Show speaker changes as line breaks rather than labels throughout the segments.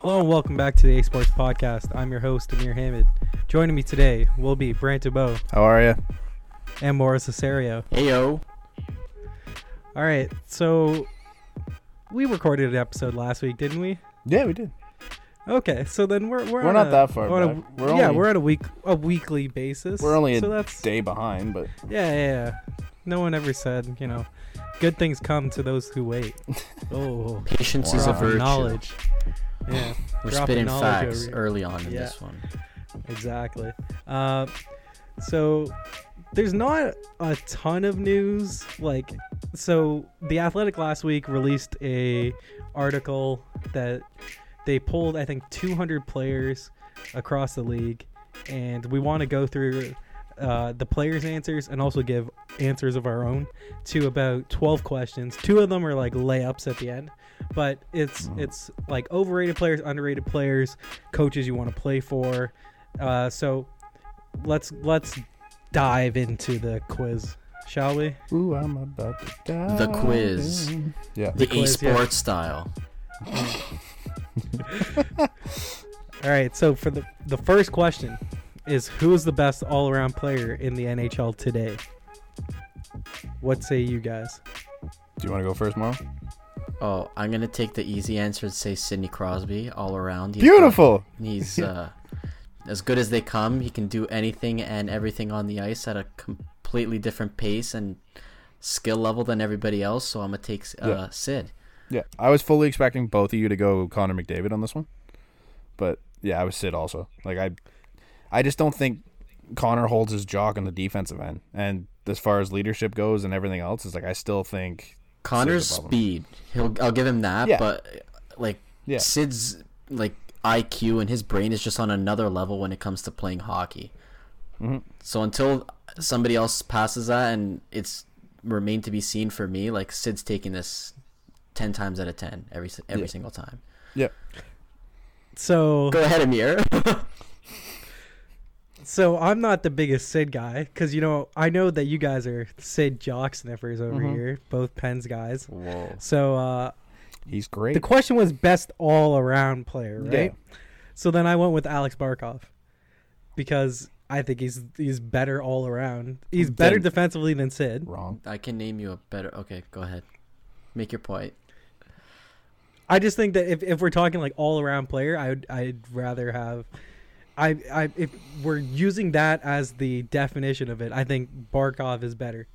Hello and welcome back to the A Sports Podcast. I'm your host, Amir Hamid. Joining me today will be Brant DeBow
How are you?
and Morris Cesario.
Ayo.
All right, so we recorded an episode last week, didn't we?
Yeah, we did.
Okay, so then we're we're,
We're
on
not
a-
that far
on a-
back. We're
yeah,
only-
we're at a week a weekly basis.
We're only a
so that's
day behind, but
yeah, yeah yeah. No one ever said you know, good things come to those who wait. Oh,
Patience is a
drop of
virtue.
knowledge. Yeah,
We're
drop of
spitting
knowledge over
facts
here.
early on in
Yeah.
this one.
Exactly. Uh, so there's not a ton of news. Like, so the Athletic last week released a article that they pulled, I think, 200 players across the league, and we want to go through. Uh, the players' answers and also give answers of our own to about 12 questions. Two of them are like layups at the end, but it's it's like overrated players, underrated players, coaches you want to play for, uh, so let's let's dive into the quiz, shall we?
ooh, I'm about to die.
The quiz.
Yeah.
The
quiz, yeah.
esports style.
All right. So for the the first question is who is the best all around player in the NHL today? What say you guys?
Do you want to go first, Mom?
Oh, I'm gonna take the easy answer and say Sidney Crosby all around. He's
Beautiful.
got- he's uh, as good as they come. He can do anything and everything on the ice at a completely different pace and skill level than everybody else. So I'm gonna take uh,
Yeah.
Sid.
Yeah, I was fully expecting both of you to go Connor McDavid on this one, but yeah, I was Sid also. Like I, I just don't think Connor holds his jock on the defensive end, and as far as leadership goes and everything else, is like I still think
Connor's
above him.
speed, he'll I'll give him that,
Yeah.
but like
Yeah.
Sid's like IQ and his brain is just on another level when it comes to playing hockey.
Mm-hmm.
So until somebody else passes that, and it's remained to be seen for me, like Sid's taking this ten times out of ten every si- every
Yeah.
single time.
yeah,
So
Go ahead, Amir.
so I'm not the biggest Sid guy because you know I know that you guys are Sid jock sniffers over here, both Pens guys.
Whoa.
So uh,
he's great.
the question was best all around player,
Yeah.
right? So then I went with Alex Barkov because I think he's he's better all around. He's better
Then-
defensively than Sid.
Wrong.
I can name you a better. Okay, go ahead. Make your point.
I just think that if, if we're talking like all around player, I would I'd rather have I I if we're using that as the definition of it, I think Barkov is better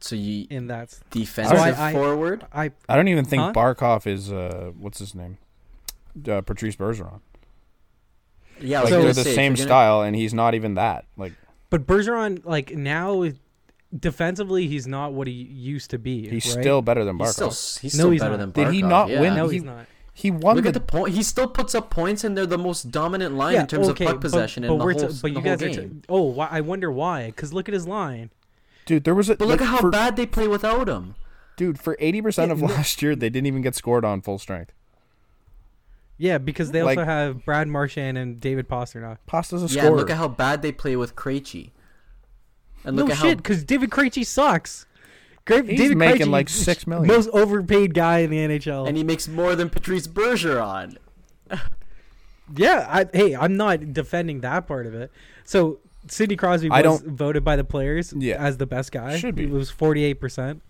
So you
in that.
defensive
I- I-
forward.
I
I don't even think
Huh?
Barkov is uh what's his name, uh, Patrice Bergeron.
Yeah, I
Like
was
So-
gonna
they're the
say, if
same
you're gonna-
style, and he's not even that. Like
but Bergeron like now defensively he's not what he used to be.
he's
right?
still better than Barkov.
He's still, he's
No,
still
he's
better
not.
than Barkov.
Did he not
yeah.
win?
No,
he-
he's not.
he won
Look
the,
at the point. He still puts up points, and they're the most dominant line in terms of puck
but-
possession
but
in the
we're
whole,
t-
s-
but
the
you
whole
guys are
game.
t- oh, why, I wonder why. Because look at his line.
dude. There was a
but look at how
for,
bad they play without him.
dude for eighty percent of last year they didn't even get scored on full strength.
Yeah, because they
Like-
also have Brad Marchand and David Pasternak.
Pasta's a
Yeah,
scorer.
and look at how bad they play with Krejci. And look
no
at
shit,
how
because David Krejci sucks. Gra-
He's
David
making
Krejci
like
is
six million.
Most overpaid guy in the NHL.
and he makes more than Patrice Bergeron.
yeah, I, hey, I'm not defending that part of it. So Sidney Crosby was
I don't-
voted by the players
Yeah.
as the best guy.
Should
He
be.
was 48 percent.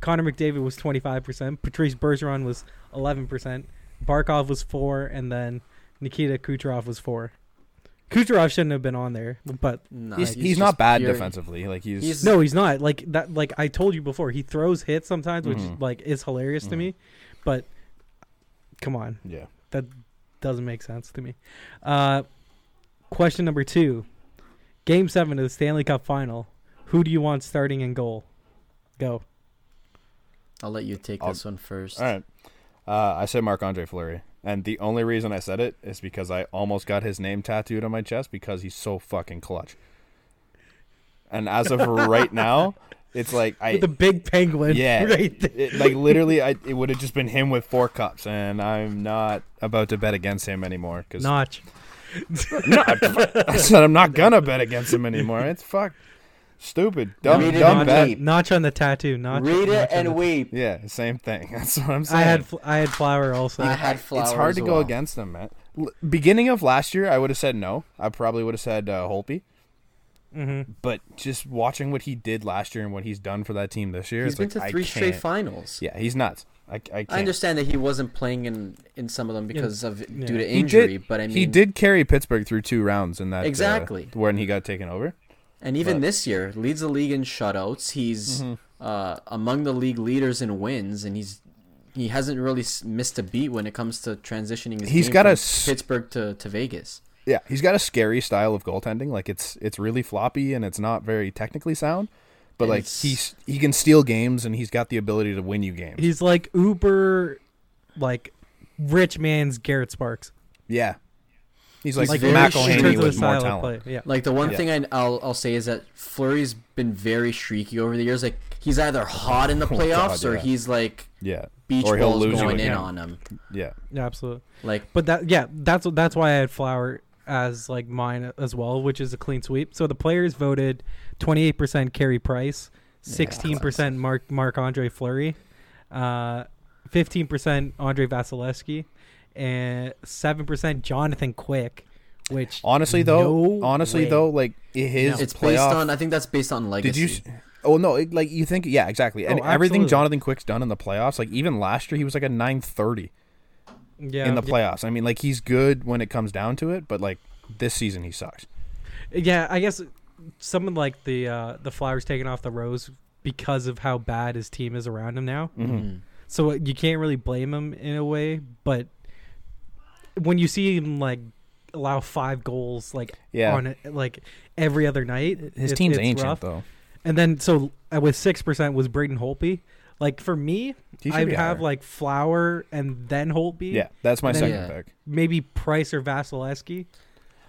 Connor McDavid was 25 percent. Patrice Bergeron was 11 percent. Barkov was four, and then Nikita Kucherov was four. Kucherov shouldn't have been on there, but
Nah,
he's, he's,
just
not bad
pure-
defensively. Like he's,
he's-
No, he's not. Like that. Like I told you before, he throws hits sometimes, which
Mm-hmm.
like is hilarious to me. But come on,
yeah.
that doesn't make sense to me. Uh, question number two: Game seven of the Stanley Cup Final. Who do you want starting in goal? Go.
I'll let you take
I'll-
this one first.
All right. Uh, I said Marc Andre Fleury, and the only reason I said it is because I almost got his name tattooed on my chest because he's so fucking clutch. And as of right now, it's like I
The big penguin.
yeah,
Right. there.
it- like literally, I it would have just been him with four cups, and I'm not about to bet against him anymore because
Notch.
I said I'm not gonna bet against him anymore. It's fuck. Stupid, dumb,
Read it
dumb
and
bet.
weep.
Notch on the tattoo. Notch.
Read
notch
it
on
and
the-
weep.
Yeah, same thing. That's what I'm saying.
I had fl- I had flower also.
I had flour.
it's hard
as
to go
well.
against them, man. L- Beginning of last year, I would have said no. I probably would have said uh, Holpe. Mm-hmm. But just watching what he did last year and what he's done for that team this year,
He's
it's
been
like,
to
I
three straight
can't.
finals.
Yeah, he's nuts. I, I can't.
I understand that he wasn't playing in in some of them because of due to
He
injury,
did,
but I mean,
he did carry Pittsburgh through two rounds in that uh,
Exactly.
when he got taken over.
And even
but-
this year, leads the league in shutouts. He's
Mm-hmm.
uh, among the league leaders in wins, and he's he hasn't really s- missed a beat when it comes to transitioning. His
He's
game
got
from
a s-
Pittsburgh to, to Vegas.
Yeah, he's got a scary style of goaltending. Like it's it's really floppy and it's not very technically sound, but
And
like
it's-
he's he can steal games and he's got the ability to win you games.
He's like uber, like rich man's Garrett Sparks.
yeah, he's like,
Like very
in
McElhaney
terms of the
with more
style of
talent.
play. Yeah.
Like the one
Yeah.
thing I, I'll I'll say is that Flurry's been very shrieky over the years. Like he's either hot in the
Oh, God,
playoffs or
yeah.
he's like
Yeah,
beach
or he'll
balls
lose you
going in
again.
on him.
Yeah,
yeah, absolutely.
Like
But that yeah, that's that's why I had flower as like mine as well, which is a clean sweep. So the players voted 28% Carey Price, 16% Mark Mark Andre Fleury, uh, 15% Andre Vasilevsky, and 7% Jonathan Quick, which
honestly though,
No
honestly
way.
though, like i- his
it's based
playoff.
on I think that's based on legacy.
did you? s- Oh no! It, like you think? Yeah, exactly. And
Oh,
everything
absolutely.
Jonathan Quick's done in the playoffs, like even last year, he was like a nine thirty.
yeah,
in the
yeah.
playoffs. I mean, like he's good when it comes down to it, but like this season he sucks.
Yeah, I guess someone like the uh, the Flyers taking off the rose because of how bad his team is around him now.
Mm.
Mm-hmm. So uh, you can't really blame him in a way, but when you see him like allow five goals like
Yeah.
on it, like every other night,
His
it-
team's
it's
ancient
rough.
though.
And then so uh, with six percent was Braden Holtby. Like for me,
He should
I
be
have
higher.
like Flower and then Holtby.
Yeah, that's my
And then-
second
Yeah.
pick.
maybe Price or Vasilevsky.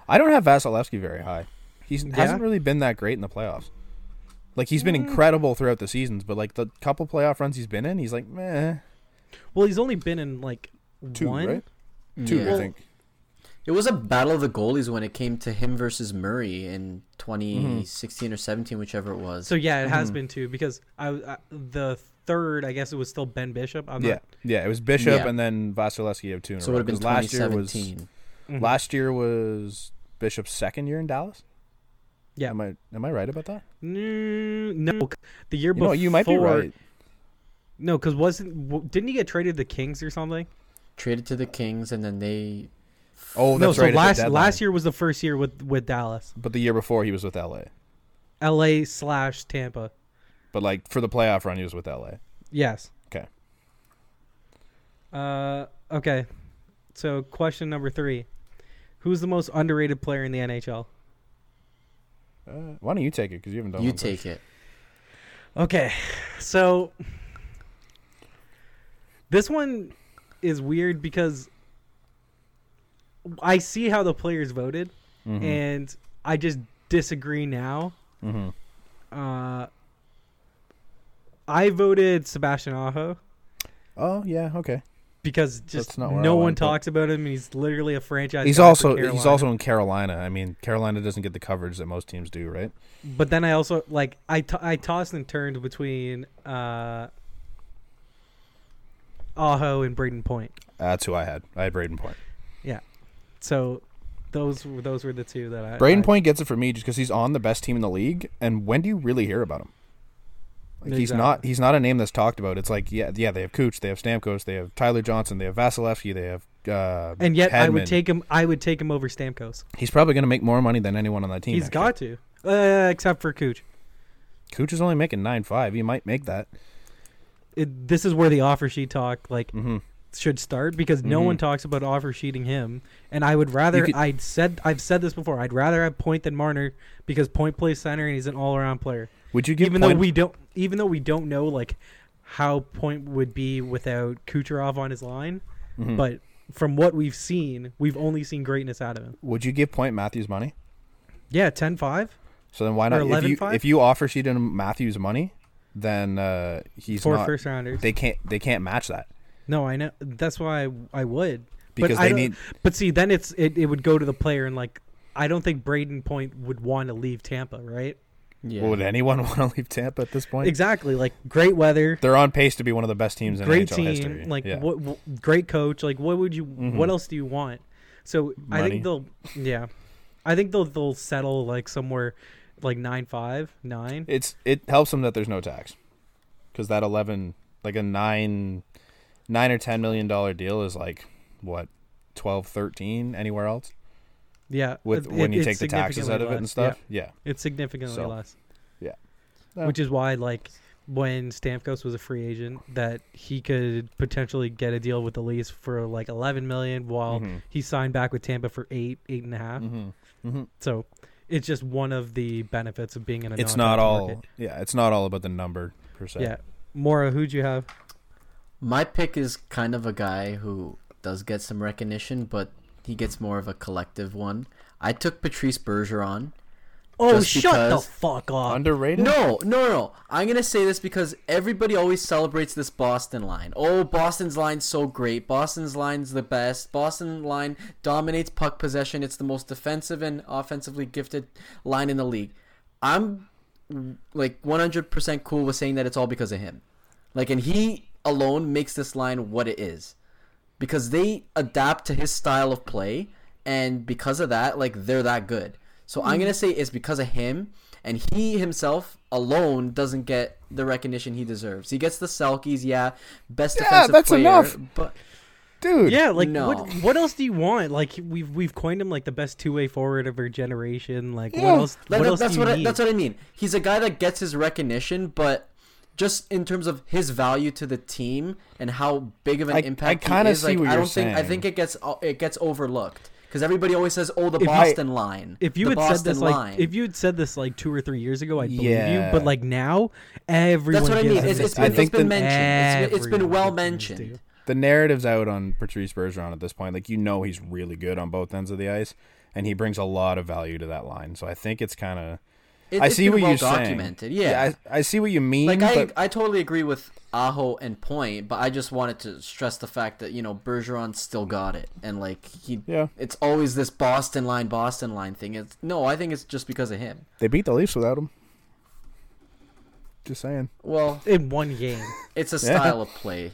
I don't have Vasilevsky very high. He's hasn't
Yeah? Mm.
really been that great in the playoffs. Like he's been incredible throughout the seasons, but like the couple playoff runs he's been in, he's like meh.
Well, he's only been in like
Two,
one.
right? Two,
Yeah.
I think.
It was a battle of the goalies when it came to him versus Murray in
Mm-hmm.
2016 or 17, whichever it was.
So yeah, it
Hmm.
has been too because I, I the third, I guess it was still Ben Bishop. I'm
Yeah,
not,
yeah. It was Bishop
Yeah.
and then Vasilevsky have two. In a
So it
row,
would have been
'cause last year was
2017.
last year was Bishop's second year in Dallas.
Yeah.
Am I am I right about that?
Mm, no, c- the year
You
before.
know, you might be right.
No, because wasn't w- didn't he get traded to the Kings or something?
Traded to the Kings, and then they.
Oh,
no,
that's
so
right. at the
last
deadline.
last year was the first year with with Dallas,
but the year before he was with LA.
L.A. slash Tampa.
But like for the playoff run, he was with LA.
Yes.
Okay.
Uh. Okay. So question number three: Who's the most underrated player in the NHL?
Uh, why don't you take it? Because you haven't done.
You
one first.
take it.
Okay, so this one is weird because I see how the players voted,
Mm-hmm.
and I just disagree now.
Mm-hmm.
Uh, I voted Sebastian Aho
Oh yeah, okay.
because just
not where I
no one
wanted to put-
talks about him, and he's literally a franchise.
He's
guy for
also he's
Carolina.
also in Carolina. I mean, Carolina doesn't get the coverage that most teams do, right?
But then I also like I to- I tossed and turned between uh, Aho and Braden Point.
That's who I had. I had Braden Point.
Yeah. So those were those were the two that I
Braden
I-
Point gets it for me just because he's on the best team in the league. And when do you really hear about him? Like he's
Exactly.
not he's not a name that's talked about. It's like yeah yeah they have Cooch, they have Stamkos, they have Tyler Johnson, they have Vasilevsky, they have uh,
And yet I would
Hedman.
take him I would take him over Stamkos.
He's probably going to make more money than anyone on that team.
He's
next year.
got to. Uh, except for Cooch.
Cooch is only making nine five. He might make that.
It, this is where the offer sheet talk like
Mm. Mm-hmm.
should start because no one talks about offer sheeting him and I would rather
could-
I'd said I've said this before. I'd rather have Point than Marner because Point plays center and he's an all-around player.
Would you give
even
Point-
though we don't even though we don't know like how point would be without Kucherov on his line,
Mm-hmm.
but from what we've seen, we've only seen greatness out of him.
Would you give Point Matthews money?
Yeah, 10-5.
So then why
Or
not? If you,
11.5?
if you offer Sheedon Matthews money, then uh, he's
Four
not.
first rounders.
They can't. They can't match that.
No, I know that's why I, I would.
Because
but I
they
don't-
need-
But see, then it's it, it would go to the player and like I don't think Braden Point would want to leave Tampa, right?
Yeah.
Would anyone want to leave Tampa at this point?
Exactly. Like great weather,
They're on pace to be one of the best teams in
great
NHL
team,
history.
like
yeah. Mm-hmm.
what, what- great coach. Like what would you? What else do you want? So I
Money.
think they'll. Yeah, I think they'll they'll settle like somewhere like nine five nine.
it's it helps them that there's no tax because that 11 like a 9 9 or 10 million dollar deal is like what 12 13 anywhere else
Yeah,
with
it-
when you
it's
take the taxes
significantly
out of it and
less.
stuff
Yeah.
yeah,
It's significantly
So,
less.
yeah.
Which is why, like, when Stamkos was a free agent, that he could potentially get a deal with the Leafs for like 11 million, while
Mm-hmm.
he signed back with Tampa for eight, eight and a half.
Mm-hmm.
So it's just one of the benefits of being in a.
it's not
non-tax
all
market.
yeah it's not all about the number per se
Yeah, Mora, who'd you have?
My pick is kind of a guy who does get some recognition, but he gets more of a collective one. I took Patrice Bergeron.
Oh,
Just
shut
because-
the fuck up!
underrated
No, no, no. I'm gonna say this because everybody always celebrates this Boston line. Oh, Boston's line's so great. Boston's line's the best. Boston line dominates puck possession. It's the most defensive and offensively gifted line in the league. I'm like 100% cool with saying that it's all because of him. Like, and he alone makes this line what it is because they adapt to his style of play and because of that like they're that good so i'm
Mm-hmm.
going to say it's because of him and he himself alone doesn't get the recognition he deserves he gets the selkies yeah best defensive
that's
player
enough.
but
dude
Yeah, like
No.
what? What else do you want? Like we've we've coined him like the best two way forward of our generation. Like
Yeah.
what else? what
That- that-
else
that's
do you
what I,
need?
that's what I mean. He's a guy that gets his recognition, but just in terms of his value to the team and how big of an
I-
impact
I kinda
he is,
see
like,
what
I
you're
don't think I
saying.
think it gets it gets overlooked because everybody always says, "Oh, the
If I-
Boston line."
If you
the
had
Boston
said this
line.
like if you had said this like two or three years ago, I'd believe
Yeah.
you. But like now, everyone.
that's what I
gives
mean.
him
It's,
this
it's
I
been,
deal.
think
it's been
the-
mentioned. It's, been- it's been
Everyone
well
gives him this
mentioned.
deal.
the narrative's out on Patrice Bergeron at this point. Like you know he's really good on both ends of the ice, and he brings a lot of value to that line. So I think it's kind of.
It-
I
it's
see
been
what
well
you're
documented,
saying.
yeah.
I, I see what you mean.
Like I,
but
I totally agree with Aho and Point, but I just wanted to stress the fact that you know Bergeron still got it, and like he,
Yeah.
it's always this Boston line, Boston line thing. It's no, I think it's just because of him.
they beat the Leafs without him. Just saying.
Well,
in one game.
it's a style of play.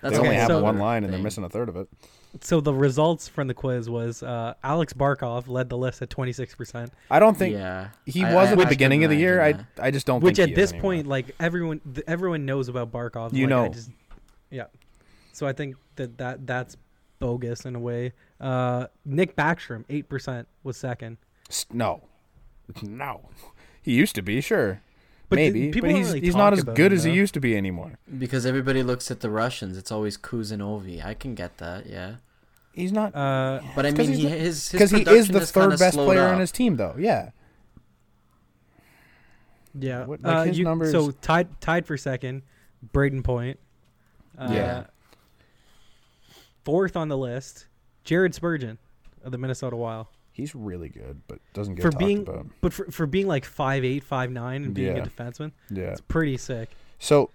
That's
They only
okay,
have
so-
one line, and they're
thing.
missing a third of it.
So the results from the quiz was uh, Alex Barkov led the list at twenty six percent,
I don't think
Yeah,
he
I-
was
I-
at the
I
beginning of the
couldn't
year. I
imagine
I just don't.
which at
think he is
this
anymore.
point, like everyone, th- everyone knows about Barkov.
You
like, I
know.
just- yeah. So I think that, that that's bogus in a way. Uh, Nick Backstrom, eight percent was second.
S- no, no, he used to be sure.
But th-
Maybe,
people
but
don't
he's,
really
he's
talk
not as
about
good
him,
as he
though.
used to be anymore.
because everybody looks at the Russians. It's always Kuz and Ovi. I can get that. Yeah,
He's not.
Uh,
but I
It's 'cause
mean,
he's the-
he, his
because
his
he is
production
the
has kinda
third best
slowed
player
up.
on his team, though. Yeah,
yeah.
What- like,
uh,
his
you-
numbers-
So tied tied for second, Braden Point. Uh,
Yeah.
Fourth on the list, Jared Spurgeon of the Minnesota Wild.
he's really good, but doesn't get
for
talked
being
about.
but for, for being like five eight five nine and being
Yeah.
a defenseman
Yeah.
it's pretty sick
So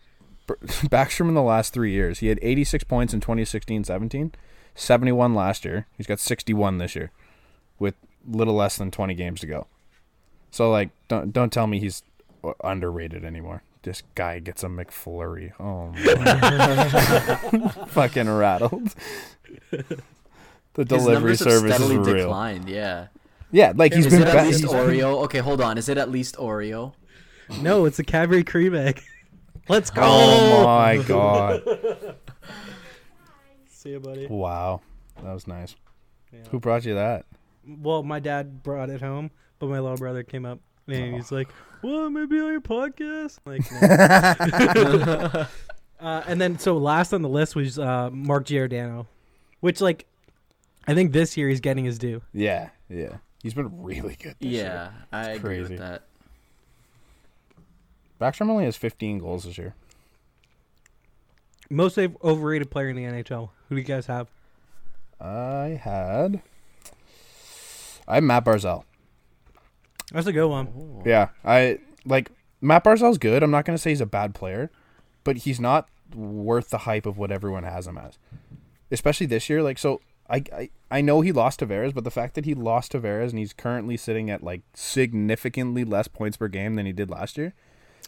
Br- Backstrom in the last three years, he had 86 points in 2016-17, 71 last year. He's got 61 this year, with little less than 20 games to go. So like, don't don't tell me he's uh, underrated anymore. This guy gets a McFlurry. Oh, my. fucking rattled. The
His
delivery
numbers have
service is
steadily
real.
declined. Yeah.
Yeah, like he's
Is
been
it at
back.
least Oreo? Okay, hold on. Is it at least Oreo?
no it's a Cadbury cream egg let's go
Oh my god!
see you buddy
Wow, that was nice. Who brought you that?
well my dad brought it home but my little brother came up and he's like well maybe on your podcast I'm like "No." uh, and then so last on the list was uh, Mark Giordano which like I think this year he's getting his due
Yeah, yeah. He's been really good this year.
Yeah, I agree
crazy.
with that.
Backstrom only has 15 goals this year.
most ov- overrated player in the NHL who do you guys have
I had. I'm Matt Barzell.
that's a good one
Yeah, I like Matt Barzell's good. I'm not gonna say he's a bad player, but he's not worth the hype of what everyone has him as, especially this year. Like, so I, I I know he lost Tavares, but the fact that he lost Tavares and he's currently sitting at like significantly less points per game than he did last year.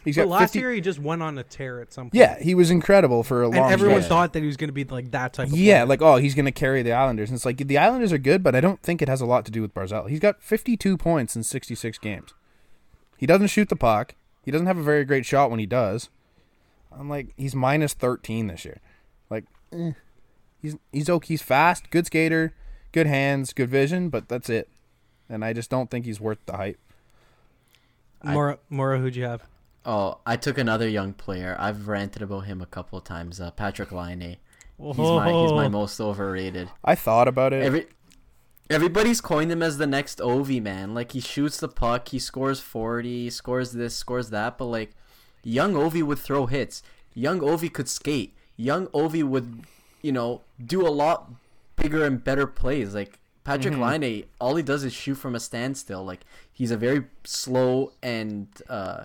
He's
But
got
last
50
year he just went on a tear at some point.
Yeah, he was incredible for a long
and everyone
stretch.
thought that he was going to be like that type of
Yeah, like oh, he's gonna carry the Islanders. And it's like the Islanders are good, but I don't think it has a lot to do with Barzell. He's got 52 points in 66 games. He doesn't shoot the puck. He doesn't have a very great shot when he does. I'm like he's minus 13 this year. Like eh. he's he's okay. He's fast, good skater, good hands, good vision, but that's it. And I just don't think he's worth the hype.
player. Mora, Mora, who'd you have?
Oh, I took another young player. I've ranted about him a couple of times. Uh, Patrick Laine. He's my he's my
Oh.
most overrated.
I thought about it.
Every everybody's coined him as the next Ovi man. Like he shoots the puck, he scores forty, scores this, scores that. But like, young Ovi would throw hits. Young Ovi could skate. Young Ovi would, you know, do a lot bigger and better plays. Like Patrick
Mm-hmm.
Line, all he does is shoot from a standstill. Like he's a very slow and uh,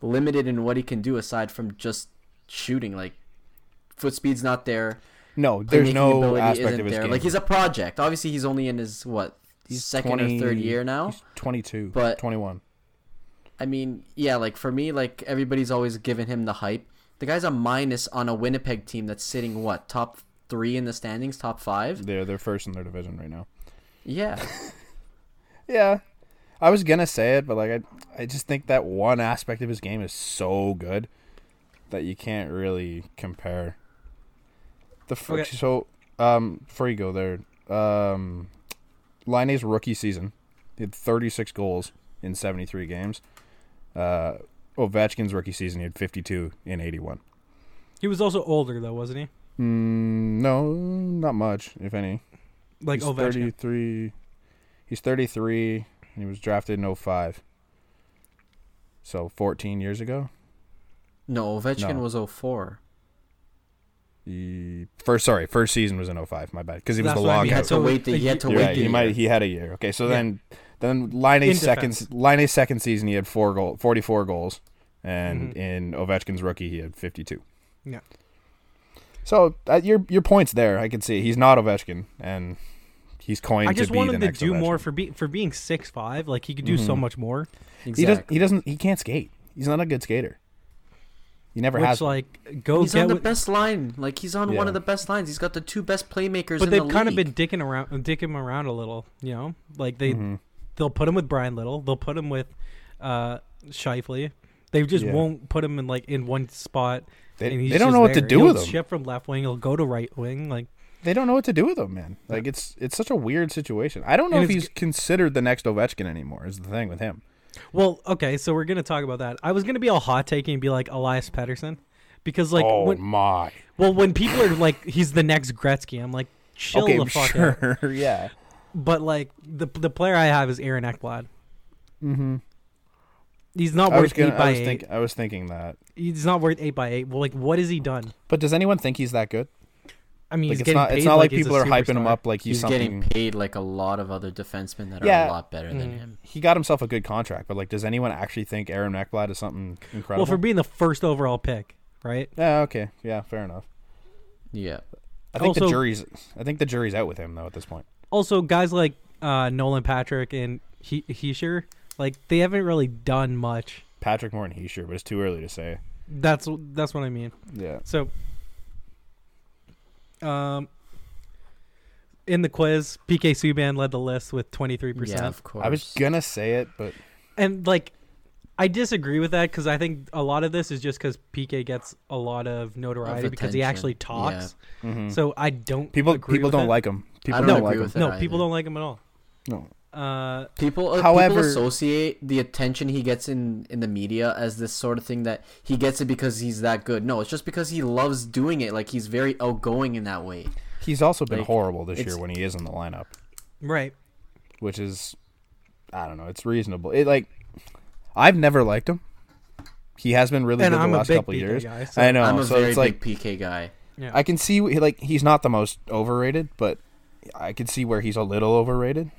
limited in what he can do aside from just shooting. Like foot speed's not there
no, there's
playmaking
no
ability
aspect
isn't
of his
there.
game.
Like he's a project. Obviously, he's only in his what second or third
20
year now.
He's 22,
But-
21.
I mean, yeah. Like for me, like everybody's always given him the hype. The guy's a minus on a Winnipeg team that's sitting what top three in the standings, top five.
They're they're first in their division right now.
Yeah,
Yeah. I was gonna say it, but like I, I just think that one aspect of his game is so good that you can't really compare. The fir-
Okay.
so um before you go there, um, Line's rookie season, he had 36 goals in 73 games. Uh, Ovechkin's rookie season, he had 52 in 81.
He was also older though, wasn't he?
Mm, no, not much, if any.
Like
he's
Ovechkin.
33 he's 33 and he was drafted in 05 so 14 years ago
no, Ovechkin
No.
was 04.
he, first sorry first season was in 05 my bad because he was
That's
the
what I
lockout
mean.
He had to
So
wait. The,
a
he had to
year-
You're
wait.
right,
the
he might
year.
he had a year okay so
Yeah.
then then
In
Line's second
defense.
Line's second season he had four goal 44 goals and
Mm-hmm.
in Ovechkin's rookie he had 52
Yeah.
so uh, your your points there I can see he's not Ovechkin and he's coined
I just
to be
want
the
him to
next
do
Ovechkin. Mm-hmm.
more for be, for being six five. Like he could do so much more.
He doesn't.
Exactly.
He doesn't. He can't skate. He's not a good skater. He never
which
has. been.
like go
He's
get.
on the
with-
best line. Like he's on one
Yeah.
of the best lines. He's got the two best playmakers.
but
in
they've
the
kind of
league.
been dicking around, dicking him around a little. You know, like they
Mm-hmm.
they'll put him with Brian Little. They'll put him with uh Shifley. They just
Yeah.
won't put him in like in one spot.
They-
and he's
they don't
just
know what to
there.
do
He'll
with him.
Shift from left wing, he'll go to right wing. Like
they don't know what to do with him, man. Like it's it's such a weird situation. I don't know
And
if
it's
he's considered the next Ovechkin anymore. Is the thing with him?
Well, okay, so we're gonna talk about that. I was gonna be all hot taking and be like Elias Pettersson, because like,
oh
when,
my.
well, when people are like, he's the next Gretzky, I'm like, chill
Okay,
the fuck out.
sure. yeah.
But like, the the player I have is Aaron Ekblad. Mm-hmm. He's not
I was
worth
gonna,
eight by
I was
eight.
think I was thinking that.
He's not worth eight by eight. Well, like, what has he done?
But does anyone think he's that good?
I mean,
Like
he's
it's
getting
not.
paid
It's not like,
he's a
people are hyping him
superstar.
up like he's,
He's
something.
getting paid like a lot of other defensemen that
Yeah. Mm.
are a lot better than him.
He got himself a good contract, but like, does anyone actually think Aaron Ekblad is something incredible?
Well, for being the first overall pick, right?
yeah. Okay. Yeah. Fair enough.
Yeah.
I think the
Also-
jury's. I think the jury's out with him though at this point.
also guys like uh, Nolan Patrick and he Heisher, like they haven't really done much.
Patrick Moore and Heisher, but it's too early to say.
That's that's what I mean.
Yeah.
So, um, in the quiz, PK Subban led the list with twenty three
Yeah,
percent,
of course.
I was gonna say it, but
and like, I disagree with that because I think a lot of this is just because PK gets a lot of notoriety because he
attention,
actually
yeah. Mm.
talks. So I don't
people
agree
people
with
don't
it.
like him. People
I
don't,
don't
like
agree
him.
with
no
it
people
either.
don't like him at all.
No.
Uh,
People, uh,
However-
people associate the attention he gets in in the media as this sort of thing that he gets it because he's that good. No, it's just because he loves doing it. Like he's very outgoing in that way.
He's also been
Like,
horrible this year
it's-
when he is in the lineup,
right.
which is I don't know. It's reasonable. It like I've never liked him. He has been really
And
good
I'm a
the last
big
couple
PK
years.
guy, so-
I know.
I'm a
Oh, so
very
it's like
big PK guy.
Yeah.
I can see wh- like he's not the most overrated, but I can see where he's a little overrated.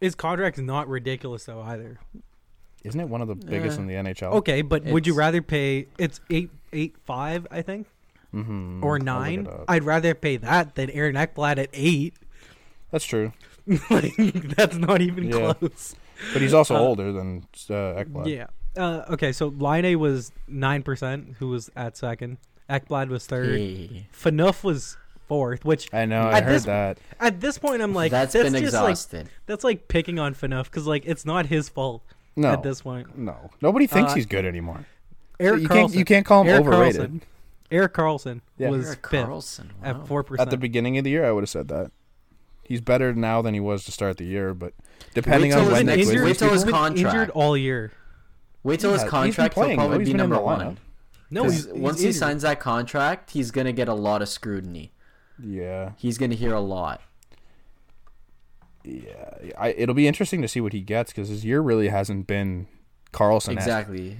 His contract's not ridiculous though either.
Isn't it one of the biggest in the NHL?
Okay, but would you
It's-
rather pay? It's eight eight five, I think. or
Mm, I'll look it
nine.
up.
I'd rather pay that than Aaron Eckblad at eight.
That's true.
like that's not even
Yeah.
close.
But he's also older than uh, Ekblad.
Yeah. Uh, okay, so Line A was nine percent, who was at second. Ekblad was third.
Hey.
Fanuff was fourth, which
I know. I
At
heard
this-
that.
at this point I'm like
Uh, That's
that's
been
just
exhausted.
like that's like picking on Fanuff because like it's not his fault
No.
at this point.
No. Nobody thinks
Uh,
he's good anymore.
Eric
you can't
Carlson,
you can't call him
Eric
overrated.
Carlson. Eric Carlson
Yeah.
was
Eric
fifth
Carlson. Wow.
at four
At the
percent.
beginning of the year, I would have said that. He's better now than he was to start the year, but depending
Wait till
on
his
when
next-
Nick
wait
Wait
till his contract.
injured all year.
Wait till
Yeah,
his
he's been
contract.
playing,
he'll
though.
probably
He's
be
been in
number
the lineup.
one.
No,
Because
he's,
once
he's
he
injured.
signs that contract, he's gonna get a lot of scrutiny.
Yeah,
He's gonna hear a lot.
yeah. I, it'll be interesting to see what he gets because his year really hasn't been Carlson.
Exactly.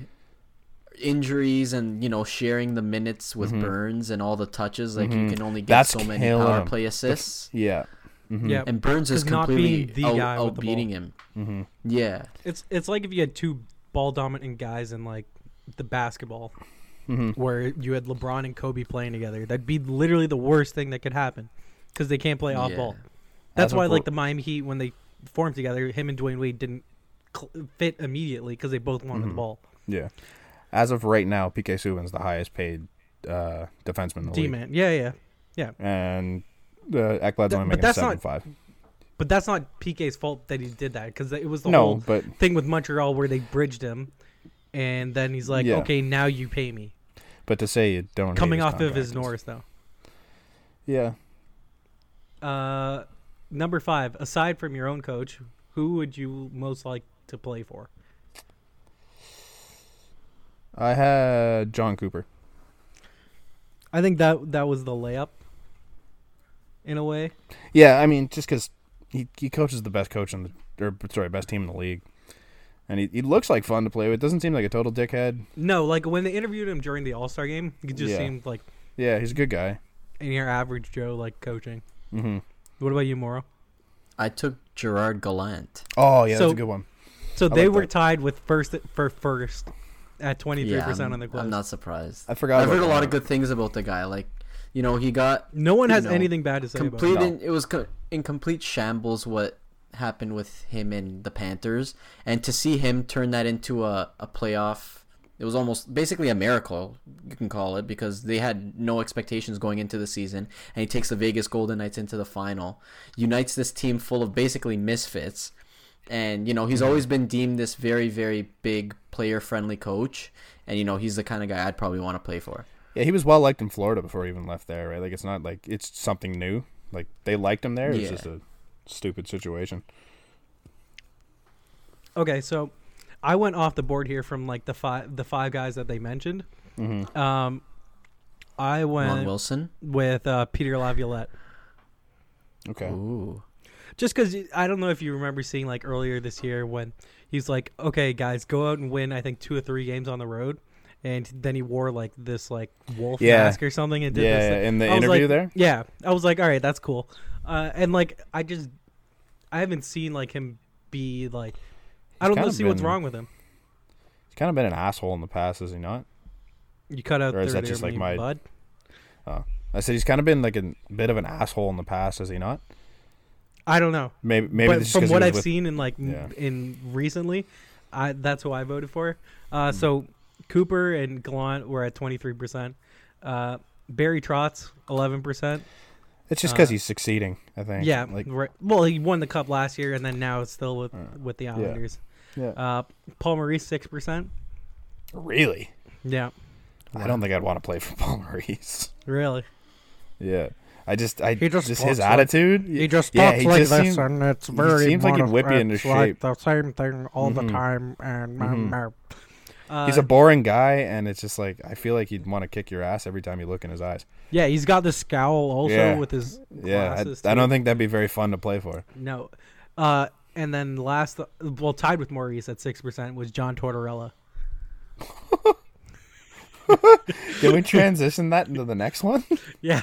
Injuries and you know sharing the minutes with
Mm-hmm.
Burns and all the touches. Like you can only get
That's
so many
killing
power
him.
play assists.
Yeah. Mm-hmm.
Yeah,
And Burns is
'Cause not
completely
being the
out,
guy with the ball. Mm-hmm.
outbeating him. Yeah,
It's it's like if you had two ball dominant guys in like the basketball,
Mm-hmm.
where you had LeBron and Kobe playing together. That'd be literally the worst thing that could happen because they can't play off
Yeah.
ball. That's
As a
why
pro-
like the Miami Heat when they formed together, him and Dwayne Wade didn't cl- fit immediately because they both wanted
Mm-hmm.
the ball.
Yeah. As of right now, PK Subban's the highest paid uh, defenseman in the
D
league,
man, yeah, yeah, yeah.
and uh, Ekblad's
Th-
only
but
making
that's
seven
not-
five.
But that's not PK's fault that he did that because it was the
No,
whole
but
thing with Montreal where they bridged him, and then he's like,
Yeah.
okay, now you pay me.
but to say you don't hate
Coming
his
off of his
contract is-
Norris though.
Yeah.
Uh, number five, aside from your own coach, who would you most like to play for?
I had John Cooper.
I think that that was the layup. In a way,
Yeah, I mean, just because he, he coaches the best coach in the or sorry best team in the league, and he, he looks like fun to play with. Doesn't seem like a total dickhead.
no. Like when they interviewed him during the All Star game, he just
Yeah.
seemed like
Yeah, he's a good guy.
an your average Joe, like coaching.
hmm
Mm-hmm.
What about you, Moro?
I took Gerard Gallant.
Oh yeah, that's
So-
a good one.
So they
like
were
that.
tied with first for first at twenty three
Yeah,
percent on
I'm,
the
I'm
quotes.
not surprised.
I forgot.
I've
about
heard a lot
that.
of good things about the guy. Like, you know, he got
No one
you
has
know,
anything bad to say
complete
about.
No.
Him.
in, it was co- in complete shambles what happened with him and the panthers and to see him turn that into a, a playoff it was almost basically a miracle you can call it because they had no expectations going into the season and he takes the vegas golden knights into the final unites this team full of basically misfits and you know he's always been deemed this very very big player friendly coach and you know he's the kind of guy i'd probably want to play for
Yeah, he was well liked in Florida before he even left there, right? Like it's not like it's something new. Like they liked him there. It's
Yeah.
just a stupid situation.
Okay, so I went off the board here from like the five the five guys that they mentioned. Um, I
Mm-hmm. ron
went
wilson
with uh, Peter Laviolette.
Okay.
ooh
Just because I don't know if you remember seeing like earlier this year when he's like, "Okay, guys, go out and win." I think two or three games on the road, and then he wore like this like wolf
Yeah.
mask or something and did
Yeah,
this.
yeah,
thing.
in the
I was
interview
like-
there?
Yeah, I was like, "All right, that's cool," uh, and like I just I haven't seen like him be like I don't
kind
know
of
see what's
been-
wrong with him.
He's kind of been an asshole in the past, is he not?
You cut out
Or is
third
that just,
ear
like,
me,
my-
bud.
I said he's kind of been like a bit of an asshole in the past, is he not?
I don't know.
Maybe maybe
but
this
from what I've
with,
seen in like m-
Yeah.
in recently, I that's who I voted for.
Hmm.
Uh, So Cooper and Gallant were at twenty three percent. Uh, Barry Trotz eleven percent.
It's just because
uh,
he's succeeding. I think.
Yeah,
Like Uh,
right. well, he won the cup last year, and then now it's still with with the Islanders.
yeah.
Uh, Paul Maurice six percent.
Really?
Yeah,
I don't think I'd want to play for Paul Maurice.
really.
Yeah. I just, I
He just
just his
talks like-
attitude.
He just
yeah,
talks
he
like
just
this,
seemed-
and it's
he
very
seems like he'd
mono-
whip you into
it's like
shape. Mm-hmm.
the same thing all the time, and mm
Uh,
he's a boring guy, and it's just like I feel like he'd want to kick your ass every time you look in his eyes.
yeah. He's got the scowl also
Yeah.
with his
Yeah,
glasses,
I, I
too.
don't think that'd be very fun to play for.
No. Uh, and then last, well, tied with Maurice at 6% was John Tortorella.
Can we transition that into the next one?
Yeah.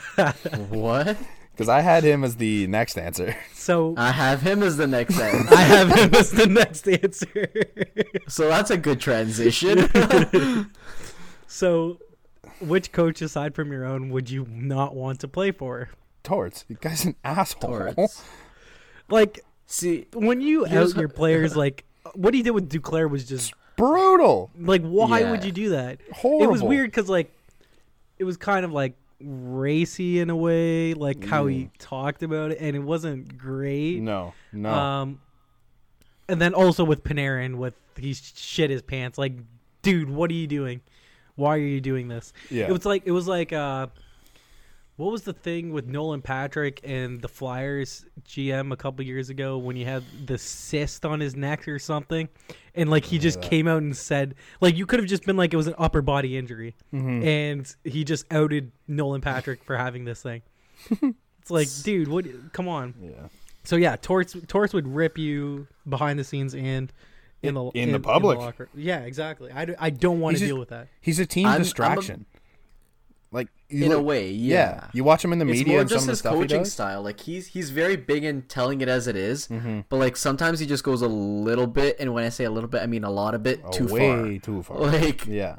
what
Because I had him as the next answer.
so
I have him as the next end.
I have him as the next answer.
so that's a good transition.
so which coach aside from your own would you not want to play for?
Torts, the guy's an asshole.
Torts.
Like
See,
when you
Here's
out your players, like what he did with Duclair was just
Brutal.
like, why
Yeah.
would you do that? It was
Horrible.
weird because like it was kind of like racy in a way, like how he talked about it, and it wasn't great.
No, no.
Uh,
Um, and then also with Panarin, with he shit his pants. Like, dude, what are you doing? Why are you doing this?
Yeah.
It was like it was like uh, what was the thing with Nolan Patrick and the Flyers GM a couple years ago when he had the cyst on his neck or something, and like he just came out and said like you could have just been like it was an upper body injury,
Mm-hmm.
and he just outed Nolan Patrick for having this thing. it's like, dude, what? Come on.
yeah.
So yeah, Torts Torts would rip you behind the scenes and in the
In- in the public.
locker. Yeah, exactly. I, d- I don't want
He's
to
just-
deal with that.
He's a team
I'm- I'm a-
distraction. like you
in a
look-
way,
yeah.
yeah.
You watch him in the
It's
media
more
and some
just
of the
his
stuff he
coaching
does.
style. Like he's he's very big in telling it as it is,
Mm-hmm.
but like sometimes he just goes a little bit, and when I say a little bit, I mean a lot of bit
Oh,
too
way
far.
too far.
Like
yeah.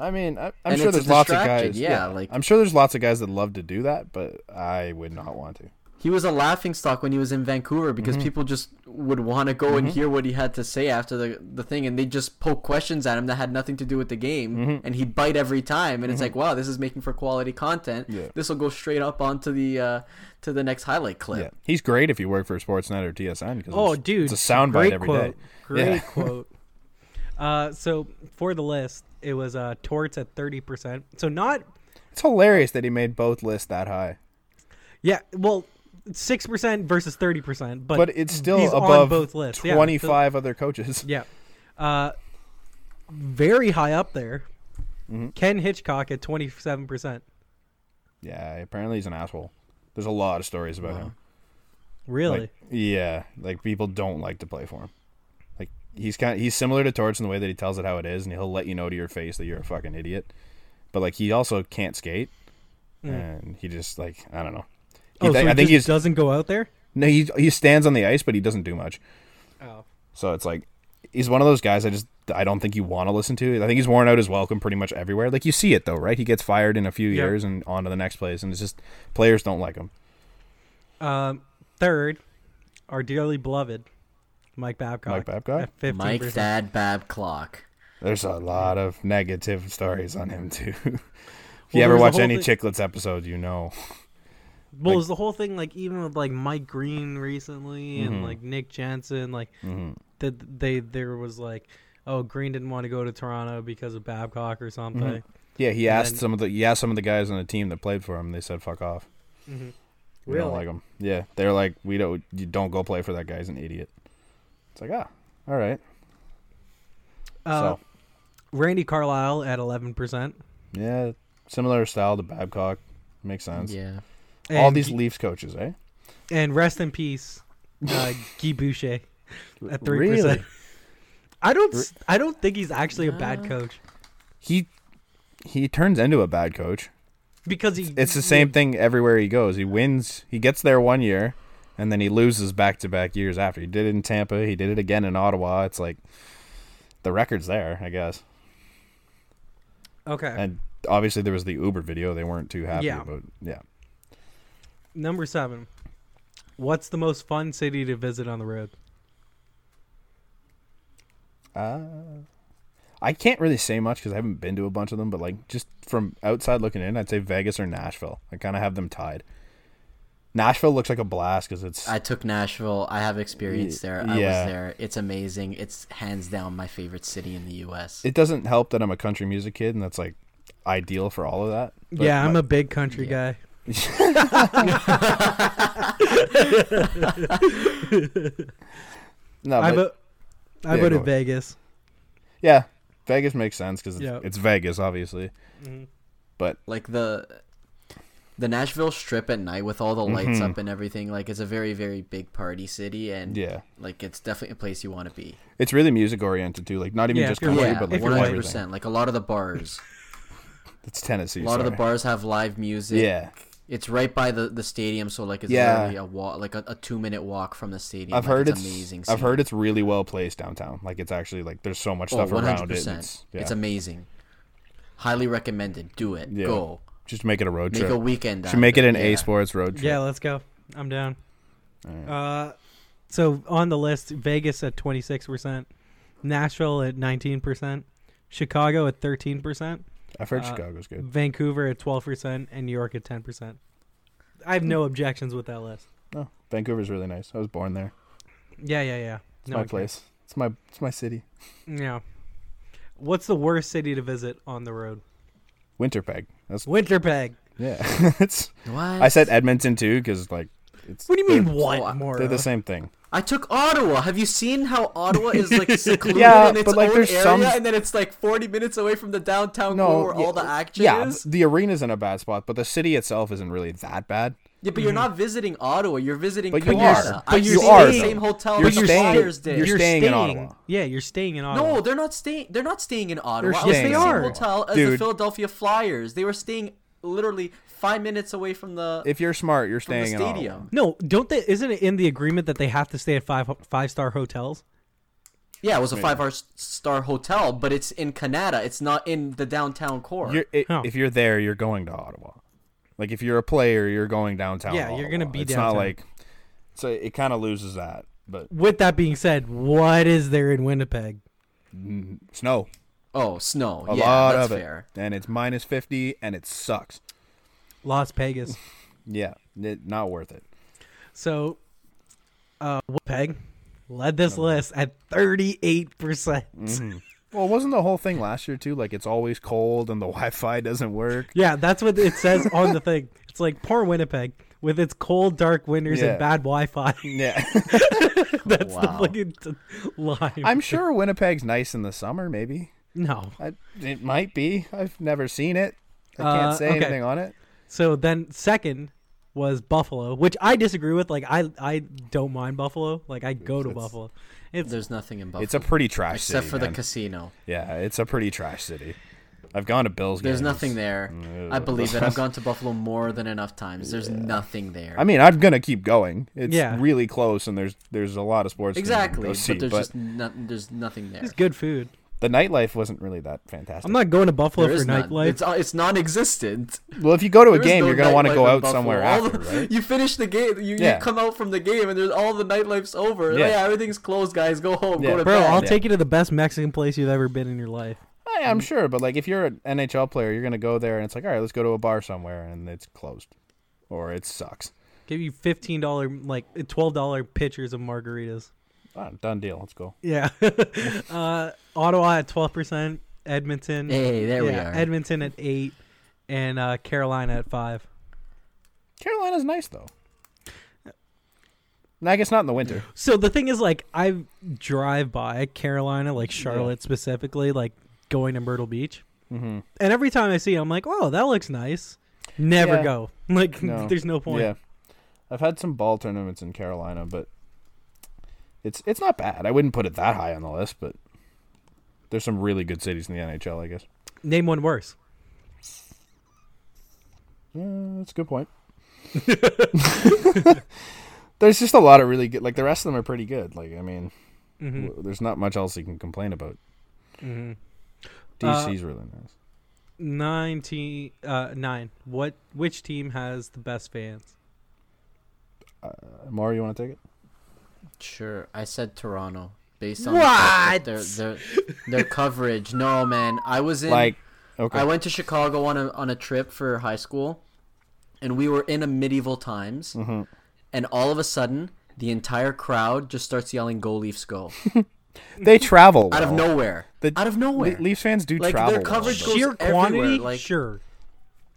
I mean, I, I'm
And
sure
it's a
there's lots of
distraction,
guys.
yeah, like-
I'm sure there's lots of guys that love to do that, but I would not want to.
he was a laughing stock when he was in Vancouver because
Mm-hmm.
people just would want to go and hear what he had to say after the the thing, and they just poke questions at him that had nothing to do with the game,
Mm-hmm.
and he'd bite every time. And it's like, wow, this is making for quality content.
Yeah.
This will go straight up onto the uh, to the next highlight clip.
Yeah, he's great if you work for Sportsnet or TSN. Cause
Oh,
it's,
dude,
it's a soundbite
great
every day.
quote. Great
Yeah.
quote. Uh, so for the list, it was uh, Torts at thirty percent. So not
It's hilarious that he made both lists that high,
yeah, well, six percent versus thirty percent, but
but it's still
he's
above
on both lists. Yeah, so-
25 other coaches.
Yeah. Uh, very high up there.
Mm-hmm.
Ken Hitchcock at twenty seven percent.
Yeah, apparently he's an asshole. There's a lot of stories about him.
Really?
Like, yeah, like people don't like to play for him. Like he's kind he's similar to Torts in the way that he tells it how it is, and he'll let you know to your face that you're a fucking idiot. But like he also can't skate, and he just like I don't know.
Hmm.
He
oh,
thi-
so
I
he
think
just
he's
doesn't go out there.
no he he stands on the ice, but he doesn't do much.
Oh.
So it's like he's one of those guys I just I don't think you want to listen to. I think he's worn out his welcome pretty much everywhere. Like you see it though, right? He gets fired in a few
Yeah.
years and on to the next place, and it's just players don't like him.
Um, third, our dearly beloved Mike Babcock.
Mike Babcock?
at 15%.
Mike Dad Babcock.
There's a lot of negative stories on him too. if you
Well,
ever
there's a
watch
whole
any
thing-
Chicklets episode, you know.
Well, it was the whole thing like even with like Mike Green recently
Mm-hmm.
and like Nick Jensen, like that they there was like, oh Green didn't want to go to Toronto because of Babcock or something.
Mm-hmm. Yeah, he asked
then-
some of the he asked some of the guys on the team that played for him. They said, "Fuck off."
Mm-hmm.
We don't like him. Yeah, they're like, "We don't. You don't go play for that guy. He's an idiot." It's like, ah, all right.
Uh,
so
Randy Carlisle at eleven percent.
yeah, similar style to Babcock. Makes sense.
Yeah.
All these Leafs coaches, eh?
and rest in peace, uh, Guy Boucher at three percent. I don't. s- I don't think he's actually a bad coach
He he turns into a bad coach.
because he.
It's the same thing everywhere he goes. He wins. He gets there one year, and then he loses back to back years after. He did it in Tampa. He did it again in Ottawa. It's like the record's there, I guess.
Okay.
And obviously there was the Uber video. They weren't too happy
Yeah.
about. Yeah.
Number seven. What's the most fun city to visit on the road?
I can't really say much because I haven't been to a bunch of them, but like just from outside looking in, I'd say Vegas or Nashville. I kind of have them tied. Nashville looks like a blast because it's
I took Nashville. I have experience there. I
yeah.
was there. It's amazing. It's hands down my favorite city in the U.S.
it doesn't help that I'm a country music kid, and that's like ideal for all of that. But,
yeah, I'm
like,
a big country guy.
no,
I
but-
vote. I
Uh, Yeah,
voted
go ahead.
Vegas.
Yeah, Vegas makes sense because it's,
Yeah.
it's Vegas, obviously.
Mm-hmm.
But
like the the Nashville Strip at night with all the lights up and everything. Like it's a very very big party city, and
Mm-hmm. yeah,
like it's definitely a place you want to be.
it's really music oriented too. Like not even
Yeah,
just
if you're
country,
white-
but
if
like
you're
one
white.
hundred
everything.
percent. Like a lot of the bars,
It's Tennessee.
a lot of the
sorry.
bars have live music.
Yeah,
it's right by the the stadium, so like it's
Yeah.
literally a walk, like a, a two minute walk from the stadium.
I've
Like,
heard it's,
amazing.
I've heard it's really well placed downtown. Like it's actually like there's so much stuff
Oh, one
around
hundred
it. and
percent.
It's, yeah.
It's amazing. Highly recommended. Do it.
Yeah.
Go.
Just make it a road
Make
trip.
a weekend. out
Should
of
make it an
Yeah.
A sports road trip.
Yeah, let's go. I'm down. Uh, so on the list, Vegas at 26%, Nashville at 19%, Chicago at 13%,
I've heard
uh,
Chicago's good.
Vancouver at 12%, and New York at 10%. I have no objections with that list.
No, Oh, Vancouver's really nice. I was born there.
Yeah, yeah, yeah.
It's my place. It's my it's my city.
Yeah. What's the worst city to visit on the road?
Winnipeg. That's
Winnipeg.
yeah. it's
What?
I said Edmonton too because like it's
What do you mean
they're-
what?
Oh,
Moro?
They're the same thing.
I took Ottawa. Have you seen how Ottawa is like secluded
Yeah,
in its
but, like,
own
there's
area,
some-
and then it's like forty minutes away from the downtown core
No,
where
yeah,
all the action
yeah,
is?
the arena's in a bad spot, but the city itself isn't really that bad.
Yeah, but you're not visiting Ottawa. You're visiting
But you
Kelowna.
are.
I've
But you
stayed
are,
in the
though.
same hotel
You're
that the
staying-
Flyers did.
you're staying in Ottawa.
Yeah, you're staying in Ottawa.
No, they're not staying. They're not staying in Ottawa.
They're
I was
staying
in the
in
same
Ottawa.
hotel as the
Dude.
Philadelphia Flyers. They were staying literally five minutes away from the
If you're smart, you're
from the
staying in Ottawa.
stadium.
No, don't they? Isn't it in the agreement that they have to stay at five five star hotels?
Yeah, it was a five-star star hotel, but it's in Canada. It's not in the downtown core.
You're, i
Huh.
If you're there, you're going to Ottawa. Like if you're a player, you're going downtown.
Yeah, you're gonna
Ottawa.
be
it's
downtown.
not like so it kind of loses that, but
With that being said, what is there in Winnipeg?
snow
oh, snow.
a
yeah,
lot
that's
of it,
fair.
and it's minus fifty, and it sucks.
Las Vegas.
Yeah, n- not worth it.
So, uh, Winnipeg led this
Oh.
list at thirty eight percent.
Mm-hmm. Well, wasn't the whole thing last year too? Like it's always cold and the Wi-Fi doesn't work.
Yeah, that's what it says on the thing. It's like poor Winnipeg with its cold, dark winters
Yeah.
and bad Wi-Fi.
Yeah,
that's the
Wow.
fucking t- line.
I'm sure Winnipeg's nice in the summer. Maybe
no.
I, it might be. I've never seen it. I can't
Uh,
say
okay.
anything on it.
So then second was Buffalo, which I disagree with. Like I I don't mind Buffalo. Like I go to Buffalo. It's
There's nothing in Buffalo
It's a pretty trash
except
city,
for
man.
the casino.
Yeah, it's a pretty trash city. I've gone to Bills
There's
games.
nothing there. I believe it. I've gone to Buffalo more than enough times. There's nothing there.
I mean, I'm gonna keep going. It's
Yeah.
really close, and there's there's a lot of sports. teams you can
exactly,
go see,
but there's just no, there's nothing there.
it's good food.
the nightlife wasn't really that fantastic.
I'm not going to Buffalo
There
for
is none.
nightlife.
It's it's non-existent.
well, if you go to a
There is
game,
no
you're gonna want to
nightlife
go
in
out
Buffalo.
somewhere
All
after,
the-
right?
You finish the game. You,
Yeah.
you come out from the game and there's all the nightlife's over. Yeah,
Yeah.
everything's closed, guys. Go home.
Yeah.
Go to
Bro,
bed.
I'll take you to the best Mexican place you've ever been in your life.
I, am sure, but like if you're an NHL player, you're gonna go there, and it's like, all right, let's go to a bar somewhere, and it's closed, or it sucks.
Give you fifteen dollar, like twelve dollar pitchers of margaritas.
Ah, done deal. Let's go.
Yeah. uh, Ottawa at twelve percent. Edmonton.
Hey, there we
yeah,
are.
Edmonton at eight, and uh, Carolina at five.
Carolina's nice though. And I guess not in the winter.
So the thing is, like, I drive by Carolina, like Charlotte specifically, like going to Myrtle Beach,
Mm-hmm.
and every time I see, it, I'm like, oh, that looks nice. Never
Yeah.
go. Like,
No.
there's no point.
Yeah, I've had some ball tournaments in Carolina, but it's it's not bad. I wouldn't put it that high on the list, but there's some really good cities in the NHL. I guess
Name one worse.
yeah, that's a good point. there's just a lot of really good. Like the rest of them are pretty good. Like I mean,
Mm-hmm.
Mhm.
w- there's not much else you can complain about.
Mhm.
DC's
Uh,
really nice.
Nineteen, uh, nine. What? Which team has the best fans?
Uh, Mario, you want to take it?
Sure, I said Toronto based on the fact that their their their coverage. No, man, I was in
Like, okay,
I went to Chicago on a on a trip for high school, and we were in a medieval times,
Mm-hmm.
and all of a sudden the entire crowd just starts yelling "Go Leafs, go!"
they travel
out of
well.
nowhere,
The
out of nowhere.
Le- Leafs fans do
Like, their
travel. well,
coverage
but
goes
Sheer
everywhere,
quantity,
like-
sure.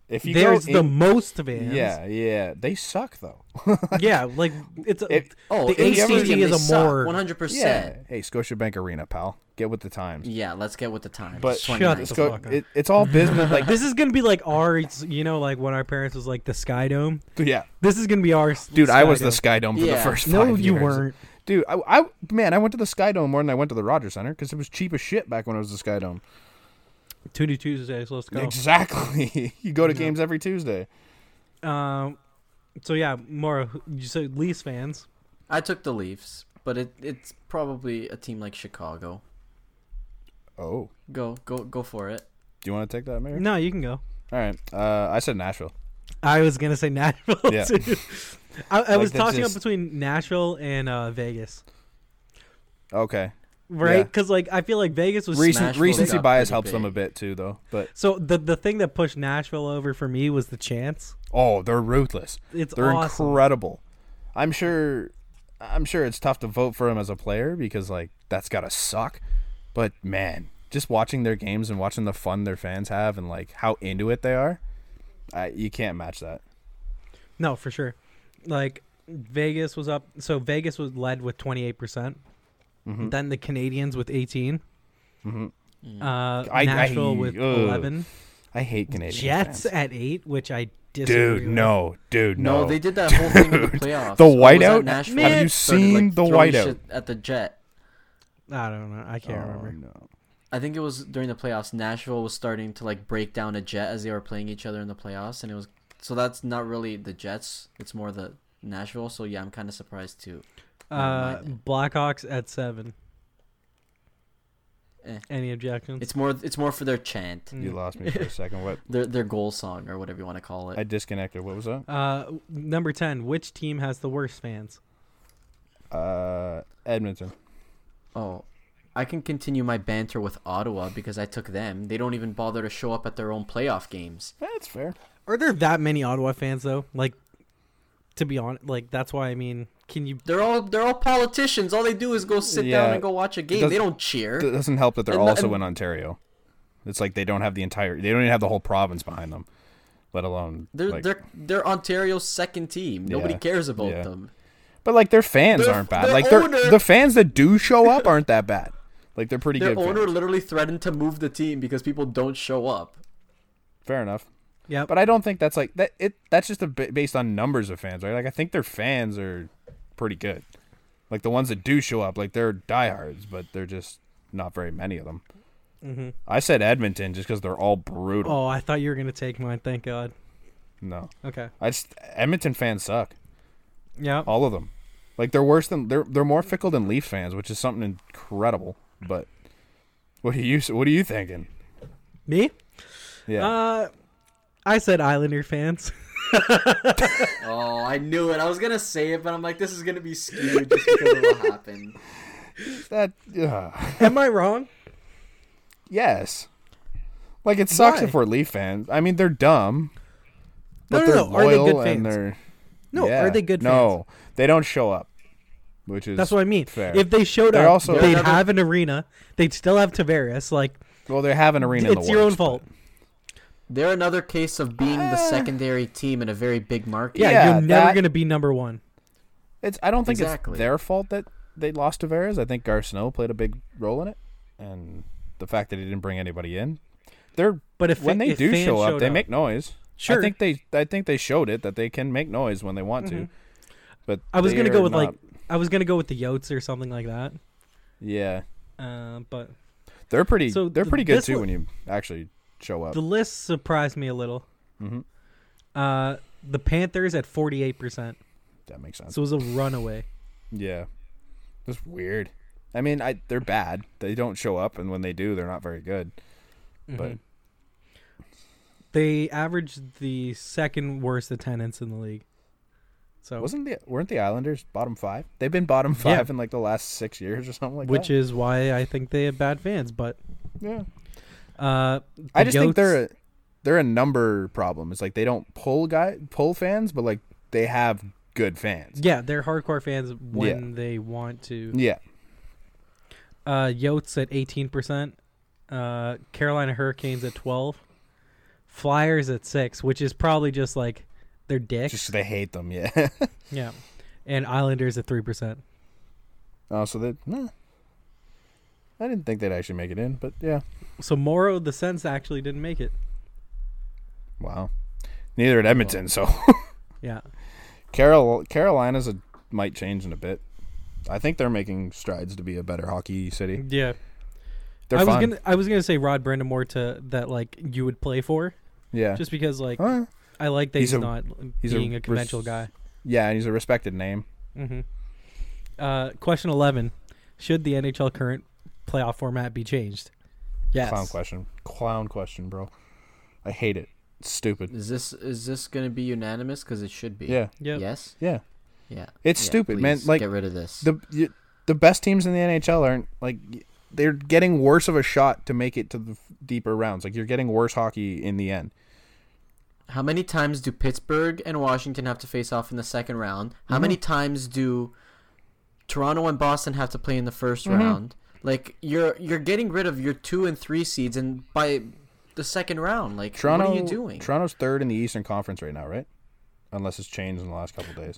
if you
There's
go
the
in-
most fans.
Yeah, yeah. They suck though.
yeah. Like it's a,
If-
oh,
the
if you ever-
ACD is a more.
one hundred
yeah.
percent.
Hey, Scotiabank Arena, pal. Get with the times.
Yeah, let's get with the time.
But
Shut the
Sco-
fuck up.
it- it's all business. Like
This is gonna be like our, it's- you know, like when our parents was like the Sky Dome.
yeah,
This is gonna be our. s-
dude. I was the
Dome.
Sky Dome for the
Yeah.
first.
No,
five
you
years.
weren't.
Dude, I, I man, I went to the Sky Dome more than I went to the Rogers Center because it was cheap as shit back when it was the Sky Dome.
Tuesday, Tuesdays. Let's go.
Exactly. you go to games every Tuesday.
Um, so yeah, Mora, who- you said Leafs fans.
I took the Leafs, but it it's probably a team like Chicago.
Oh,
Go go go for it.
you want to take that, Mayor?
No, you can go.
All right. Uh, I said Nashville.
I was gonna say Nashville.
Yeah.
too. I, I
Like,
was
that's
tossing
just-
up between Nashville and uh, Vegas,
Okay.
right?
Yeah.
Because like I feel like Vegas was
Recent
Nashville
recency
got
bias
pretty
helps them a
big.
bit too, though. But
so the the thing that pushed Nashville over for me was the chance.
oh, they're ruthless.
It's
They're
awesome.
incredible. I'm sure. I'm sure it's tough to vote for him as a player because like that's gotta suck. But man, just watching their games and watching the fun their fans have and like how into it they are, I, you can't match that.
No, for sure. Like Vegas was up. So Vegas was led with twenty eight percent.
Mm-hmm.
Then the Canadians with 18 Uh,
I- oh.
Nashville
I-
with
ugh.
eleven.
I hate Canadian
Jets
fans.
at eight, which I disagree.
Dude,
with.
no, dude, no.
No, they did that whole thing with the playoffs.
The
Or was that
whiteout?
Nashville
Have
that
you
started,
seen the
throwing
whiteout?
shit at the Jet?
I don't know. I can't remember.
Oh, no.
I think it was during the playoffs. Nashville was starting to like break down a Jet as they were playing each other in the playoffs, and it was so that's not really the Jets. It's more the Nashville. So yeah, I'm kind of surprised too.
Uh,
Never mind.
Blackhawks at seven.
Eh.
Any objections?
It's more it's more for their chant,
Mm.
You lost me for a second. What?
their their goal song or whatever you want to call it.
I disconnected. What was that?
Uh, number ten. Which team has the worst fans?
Uh, Edmonton.
Oh, I can continue my banter with Ottawa because I took them. They don't even bother to show up at their own playoff games.
That's fair.
Are there that many Ottawa fans though? Like, to be honest, like that's why I mean, can you?
They're all they're all politicians. All they do is go sit
Yeah.
down and go watch a game.
does-
They don't cheer.
It doesn't help that they're
And the-
also
and-
in Ontario. It's like they don't have the entire. They don't even have the whole province behind them, let alone.
They're
like-
they're they're Ontario's second team. Nobody
Yeah.
cares about
Yeah.
them.
but like their fans
Their-
aren't bad.
their
like they're,
owner-
the fans that do show up aren't that bad. Like they're pretty
Their
good.
owner
fans.
literally threatened to move the team because people don't show up.
Fair enough.
Yep.
But I don't think that's like that. It that's just a bit based on numbers of fans, right? Like I think their fans are pretty good. Like the ones that do show up, like they're diehards, but they're just not very many of them.
Mm-hmm.
I said Edmonton just because they're all brutal.
oh, I thought you were gonna take mine. Thank God.
No,
Okay.
I just Edmonton fans suck.
Yeah.
All of them. Like they're worse than they're they're more fickle than Leaf fans, which is something incredible. But what are you what are you thinking?
Me?
Yeah.
Uh, I said Islander fans.
Oh, I knew it. I was gonna say it, but I'm like, this is gonna be skewed just because of what happened.
that yeah.
Am I wrong?
yes. Like it sucks
Why?
if we're Leaf fans. I mean they're dumb.
No,
But
no,
they're
no. Are they
loyal
good
and
fans?
they're
No,
yeah.
are they good fans?
No. They don't show up. Which is
That's what I mean.
Fair.
If they showed
They're
up,
also-
they'd
Another-
have an arena. They'd still have Tavares. Like,
well they have an arena in the
it's your own
works, but-
fault.
They're another case of being the secondary team in a very big market.
Yeah,
Ah. Yeah,
you're never
that-
gonna be number one.
It's I don't think
Exactly.
it's their fault that they lost Tavares. I think Gar Snow played a big role in it, and the fact that he didn't bring anybody in. They're
But if
when
fa-
they
if
do
fans
show up,
showed
they
up.
make noise.
Sure.
I think they I think they showed it that they can make noise when they want to. But
Mm-hmm. I was gonna
they
go
are
with like
not-
I was gonna go with the Yotes or something like that.
yeah,
Uh, but
they're pretty
So
they're
the-
pretty good
this
too
one-
when you actually show up.
the list surprised me a little.
Mm-hmm.
Uh, the Panthers at forty eight percent,
that makes sense.
so it was a runaway.
yeah, that's weird. I mean, I they're bad. They don't show up, and when they do, they're not very good. But
Mm-hmm. They averaged the second worst attendance in the league. So
Wasn't the weren't the Islanders bottom five? They've been bottom five
Yeah.
in like the last six years or something like
which
that.
is why I think they have bad fans. But
Which yeah,
uh,
I
the
just think they're
Yotes-
a, they're a number problem. It's like they don't pull guy pull fans, but like they have good fans.
yeah they're hardcore fans when they want to.
Yeah,
Uh, Yotes at eighteen percent. Uh, Carolina Hurricanes at twelve. Flyers at six, which is probably just like their dicks.
just they hate them. Yeah.
yeah, and Islanders at three percent.
oh, so that nah. I didn't think they'd actually make it in, but yeah.
So Morrow the Sense actually didn't make it.
Wow. Neither at Edmonton, so
Yeah,
Carol Carolina's a might change in a bit. I think they're making strides to be a better hockey city.
yeah.
They're
I was
fun.
gonna I was gonna say Rod Brendamore to that like you would play for
yeah.
just because like
Huh?
I like that he's,
He's a-
not
he's a
being a,
res-
conventional guy.
Yeah, and he's a respected name.
Mm-hmm. Uh, question eleven: Should the NHL current playoff format be changed?
Yes.
Clown question. Clown question, bro. I hate it. It's stupid.
Is this is this gonna be unanimous? Because it should be.
Yeah.
Yep.
Yes.
Yeah.
Yeah.
It's
Yeah,
stupid, man.
please,
Like,
get rid of this.
The y- the best teams in the NHL aren't like y- they're getting worse of a shot to make it to the f- deeper rounds. Like you're getting worse hockey in the end.
How many times do Pittsburgh and Washington have to face off in the second round? How
Mm-hmm.
many times do Toronto and Boston have to play in the 1st
Mm-hmm.
round? Like you're you're getting rid of your two and three seeds, and by the second round, like
Toronto,
what are you doing?
Toronto's third in the Eastern Conference right now, right? Unless it's changed in the last couple days.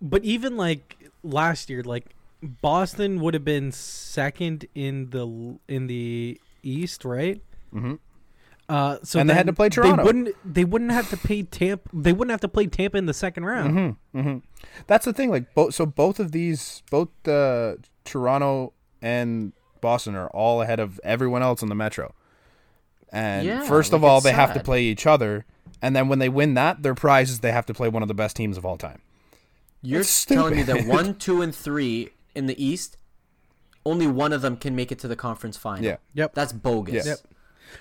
But even like last year, like Boston would have been second in the in the East, right? Mm-hmm. Uh, so
And they had
then
to play Toronto.
They wouldn't. They wouldn't have to pay Tampa. They wouldn't have to play Tampa in the second round.
Mm-hmm. That's the thing. Like both, so both of these, both uh, Toronto and Boston are all ahead of everyone else in the Metro. And
Yeah,
first of
like,
all,
it's
they have to
sad.
play each other, and then when they win that, their prize is they have to play one of the best teams of all time.
You're
It's
telling me that
stupid.
one, two, and three in the East, only one of them can make it to the conference final.
Yeah.
Yep.
That's bogus.
Yep.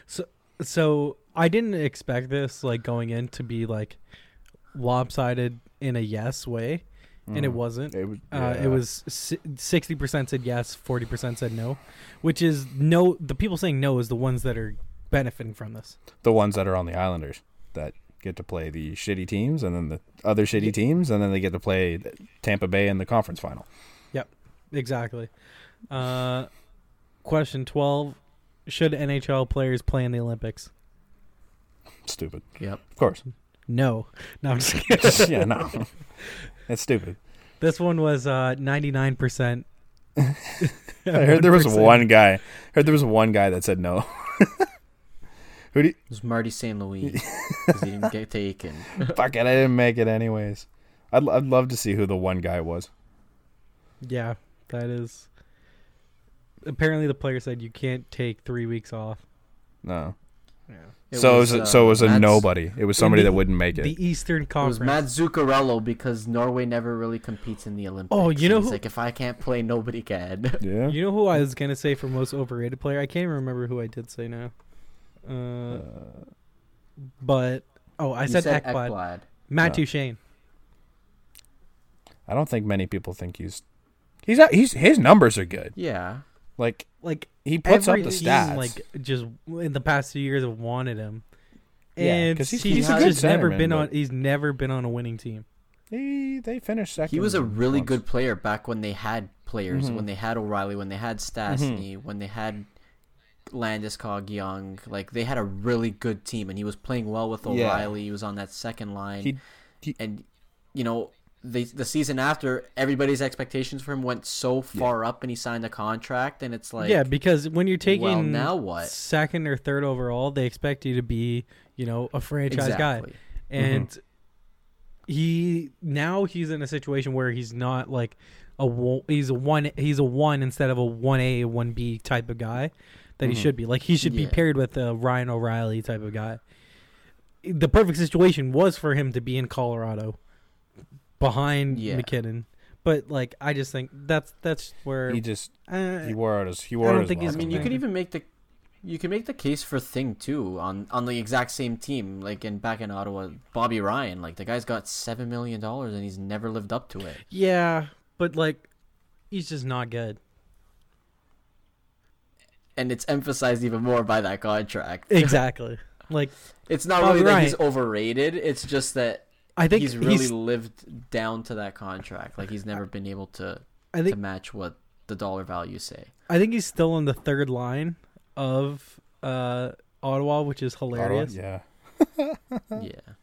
So, so I didn't expect this like going in to be like lopsided in a yes way, and it wasn't.
Mm-hmm. It was-
uh,
yeah.
it was sixty percent said yes, forty percent said no, which is no. The people saying no is the ones that are benefiting from this.
The ones that are on the Islanders that get to play the shitty teams, and then the other shitty teams, and then they get to play Tampa Bay in the conference final.
Yep, exactly. Uh, question twelve: Should NHL players play in the Olympics?
Stupid,
Yep.
of course.
No, no. I'm just kidding.
yeah, no, it's stupid.
this one was uh, ninety-nine percent.
I heard there was one guy. Heard there was one guy that said no. Who do you,
It was Marty St. Louis because he didn't get taken.
fuck it? I didn't make it anyways. I'd, l- I'd love to see who the one guy was.
Yeah, that is. Apparently, the player said you can't take three weeks off.
No,
It
so it was a,
uh,
so it was a
Mats-
nobody. It was somebody
the-
that wouldn't make it.
The Eastern
It was
Conference.
Matt Zuccarello because Norway never really competes in the Olympics.
Oh, you know
And he's
who-
like if I can't play, nobody can.
yeah,
You know who I was gonna say for most overrated player? I can't even remember who I did say now. Uh, but oh, I
You
said, Ekblad.
Ekblad.
Matt
Yeah.
Duchene.
I don't think many people think he's he's not, he's his numbers are good.
Yeah,
Like
Like
he puts
every
up the
team,
stats.
Like just in the past two years, have wanted him.
Yeah,
And
'cause he's-
he's,
he's
a good
just never
centerman,
been
but-
on. He's never been on a winning team.
he they finished second.
he was a really
once.
good player back when they had players,
Mm-hmm.
when they had O'Reilly, when they had Stastny, when they had Landeskog, Young. Like they had a really good team, and he was playing well with
Yeah.
O'Reilly. He was on that second line,
He- he-
and you know. The, the season after, everybody's expectations for him went so far up, and he signed a contract, and it's like,
yeah, because when you're taking
now what?
second or third overall, they expect you to be, you know, a franchise
exactly.
guy. And he now he's in a situation where he's not like a wo- he's a one he's a one instead of a one A one B type of guy that he should be. Like he should be
Mm-hmm. Yeah.
paired with a Ryan O'Reilly type of guy. The perfect situation was for him to be in Colorado behind
Yeah.
McKinnon. But like I just think that's that's where
He just
uh,
he wore out his he wore
don't
out his
think he's-
I mean,
welcome.
you could
Something.
even make the you can make the case for Thing too on on the exact same team, like in back in Ottawa, Bobby Ryan. Like the guy's got seven million dollars and he's never lived up to it.
Yeah, but like, he's just not good.
And it's emphasized even more by that contract.
Exactly. like,
It's not
Bobby
really that
Ryan-
he's overrated. It's just that
I think
he's really lived down to that contract. Like he's never been able to
I
to
think
match what the dollar values say.
I think he's still on the third line of uh Ottawa, which is
Ottawa,
hilarious.
yeah,
Yeah.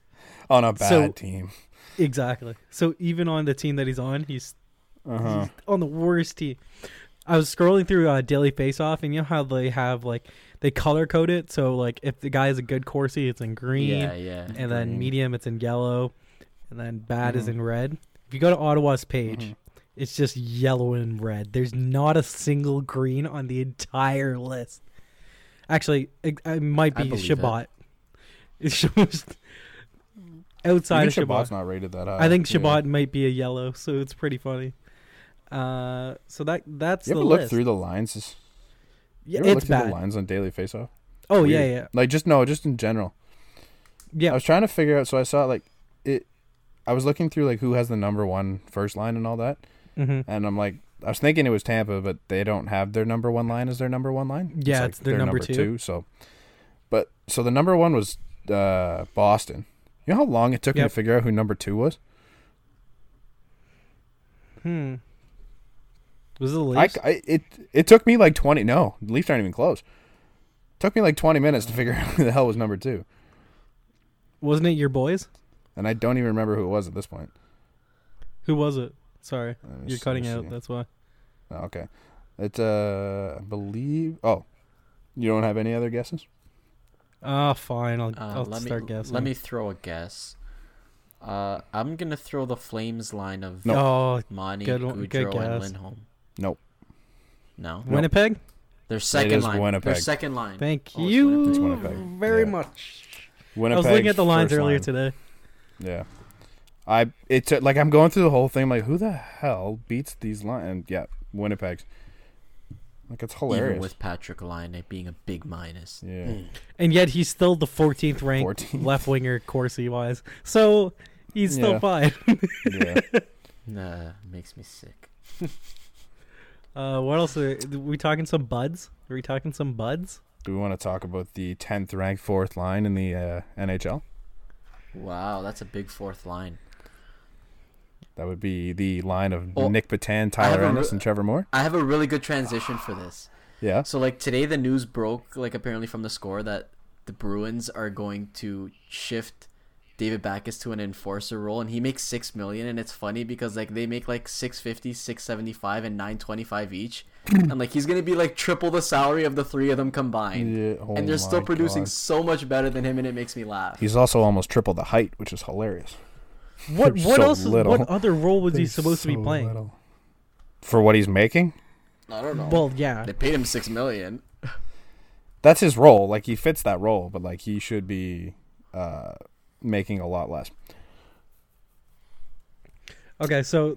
on a bad
So-
team.
Exactly. So even on the team that he's on, he's,
Uh-huh.
he's on the worst team. I was scrolling through uh, Daily Face Off, and you know how they have like they color code it. So like, if the guy is a good Corsi, it's in green.
Yeah, yeah.
and then medium it's in yellow and then bad is
Mm-hmm.
in red if you go to ottawa's page it's just yellow and red there's not a single green on the entire list actually it, uh, it might
I
be
believe it.
shabbat it's just outside
Even
of shabbat
Shabbat's not rated that high.
i think
yeah.
shabbat might be a yellow so it's pretty funny uh so that that's
You
the
ever look
list
through the lines? It's-
Yeah,
You ever
it's
looked at
bad.
the lines on Daily Faceoff?
Oh yeah,
Weird.
yeah,
Like just no, just in general. I
yeah.
was trying to figure out. So I saw like it. I was looking through like who has the number one first line and all that,
hmm
and I'm like, I was thinking it was Tampa, but they don't have their number one line as their number one line.
Yeah,
like,
it's their number two.
So, but so the number one was uh, Boston. You know how long it took me to
Yep.
figure out who number two was?
Hmm. Was it the
I,
Leafs?
I- it it took me like twenty. No, the Leafs aren't even close. took me like twenty minutes to figure out who the hell was number two,
Wasn't it your boys?
and I don't even remember who it was at this point.
Who was it? Sorry,
Let me
you're
s-
cutting
let me
out.
see.
That's why.
Oh, okay, it's uh, I believe. Oh, you don't have any other guesses?
Ah, fine. I'll,
Uh,
I'll
let
start
me
guessing.
let me throw a guess. Uh, I'm gonna throw the Flames line of
No.
Oh,
Monty,
Good one-
Goudreau,
good guess.
and Lindholm.
Nope.
No,
Winnipeg.
their second
is
line. Their
Winnipeg.
second line.
Thank
Oh, it's
you
Winnipeg.
It's Winnipeg.
very
Yeah.
much.
Winnipeg.
I was looking at the lines
first
earlier
line.
today.
Yeah, I it took like I'm going through the whole thing. like, who the hell beats these lines? And yeah, Winnipeg's. Like it's hilarious.
Even with Patrick Line it being a big minus. Hmm.
yeah.
And yet he's still the 14th
Mm.
ranked
14th.
left winger Corsi wise. So he's still
Yeah.
fine.
yeah.
Nah, makes me sick.
Uh, what else? Are, we talking some buds? Are we talking some buds?
Do we want to talk about the tenth ranked fourth line in the uh, NHL?
Wow, that's a big fourth line.
That would be the line of
Well,
Nick Batan,
have
Tyler
a
Ennis,
re-
and Trevor Moore.
I have a really good transition for this.
Yeah.
So like today, the news broke like apparently from the score that the Bruins are going to shift David Backus to an enforcer role, and he makes six million. And it's funny because like they make like 650, 675, and nine twenty five each, and like he's gonna be like triple the salary of the three of them combined.
Yeah, oh
and they're still
my
producing
God.
so much better than him, and it makes me laugh.
He's also almost triple the height, which is hilarious.
What
They're
what
so
else? is- What
little.
other role was he supposed to be playing?
For what he's making?
I don't know.
Well, yeah.
they paid him six million.
That's his role. Like he fits that role, but like he should be uh, making a lot less.
Okay, so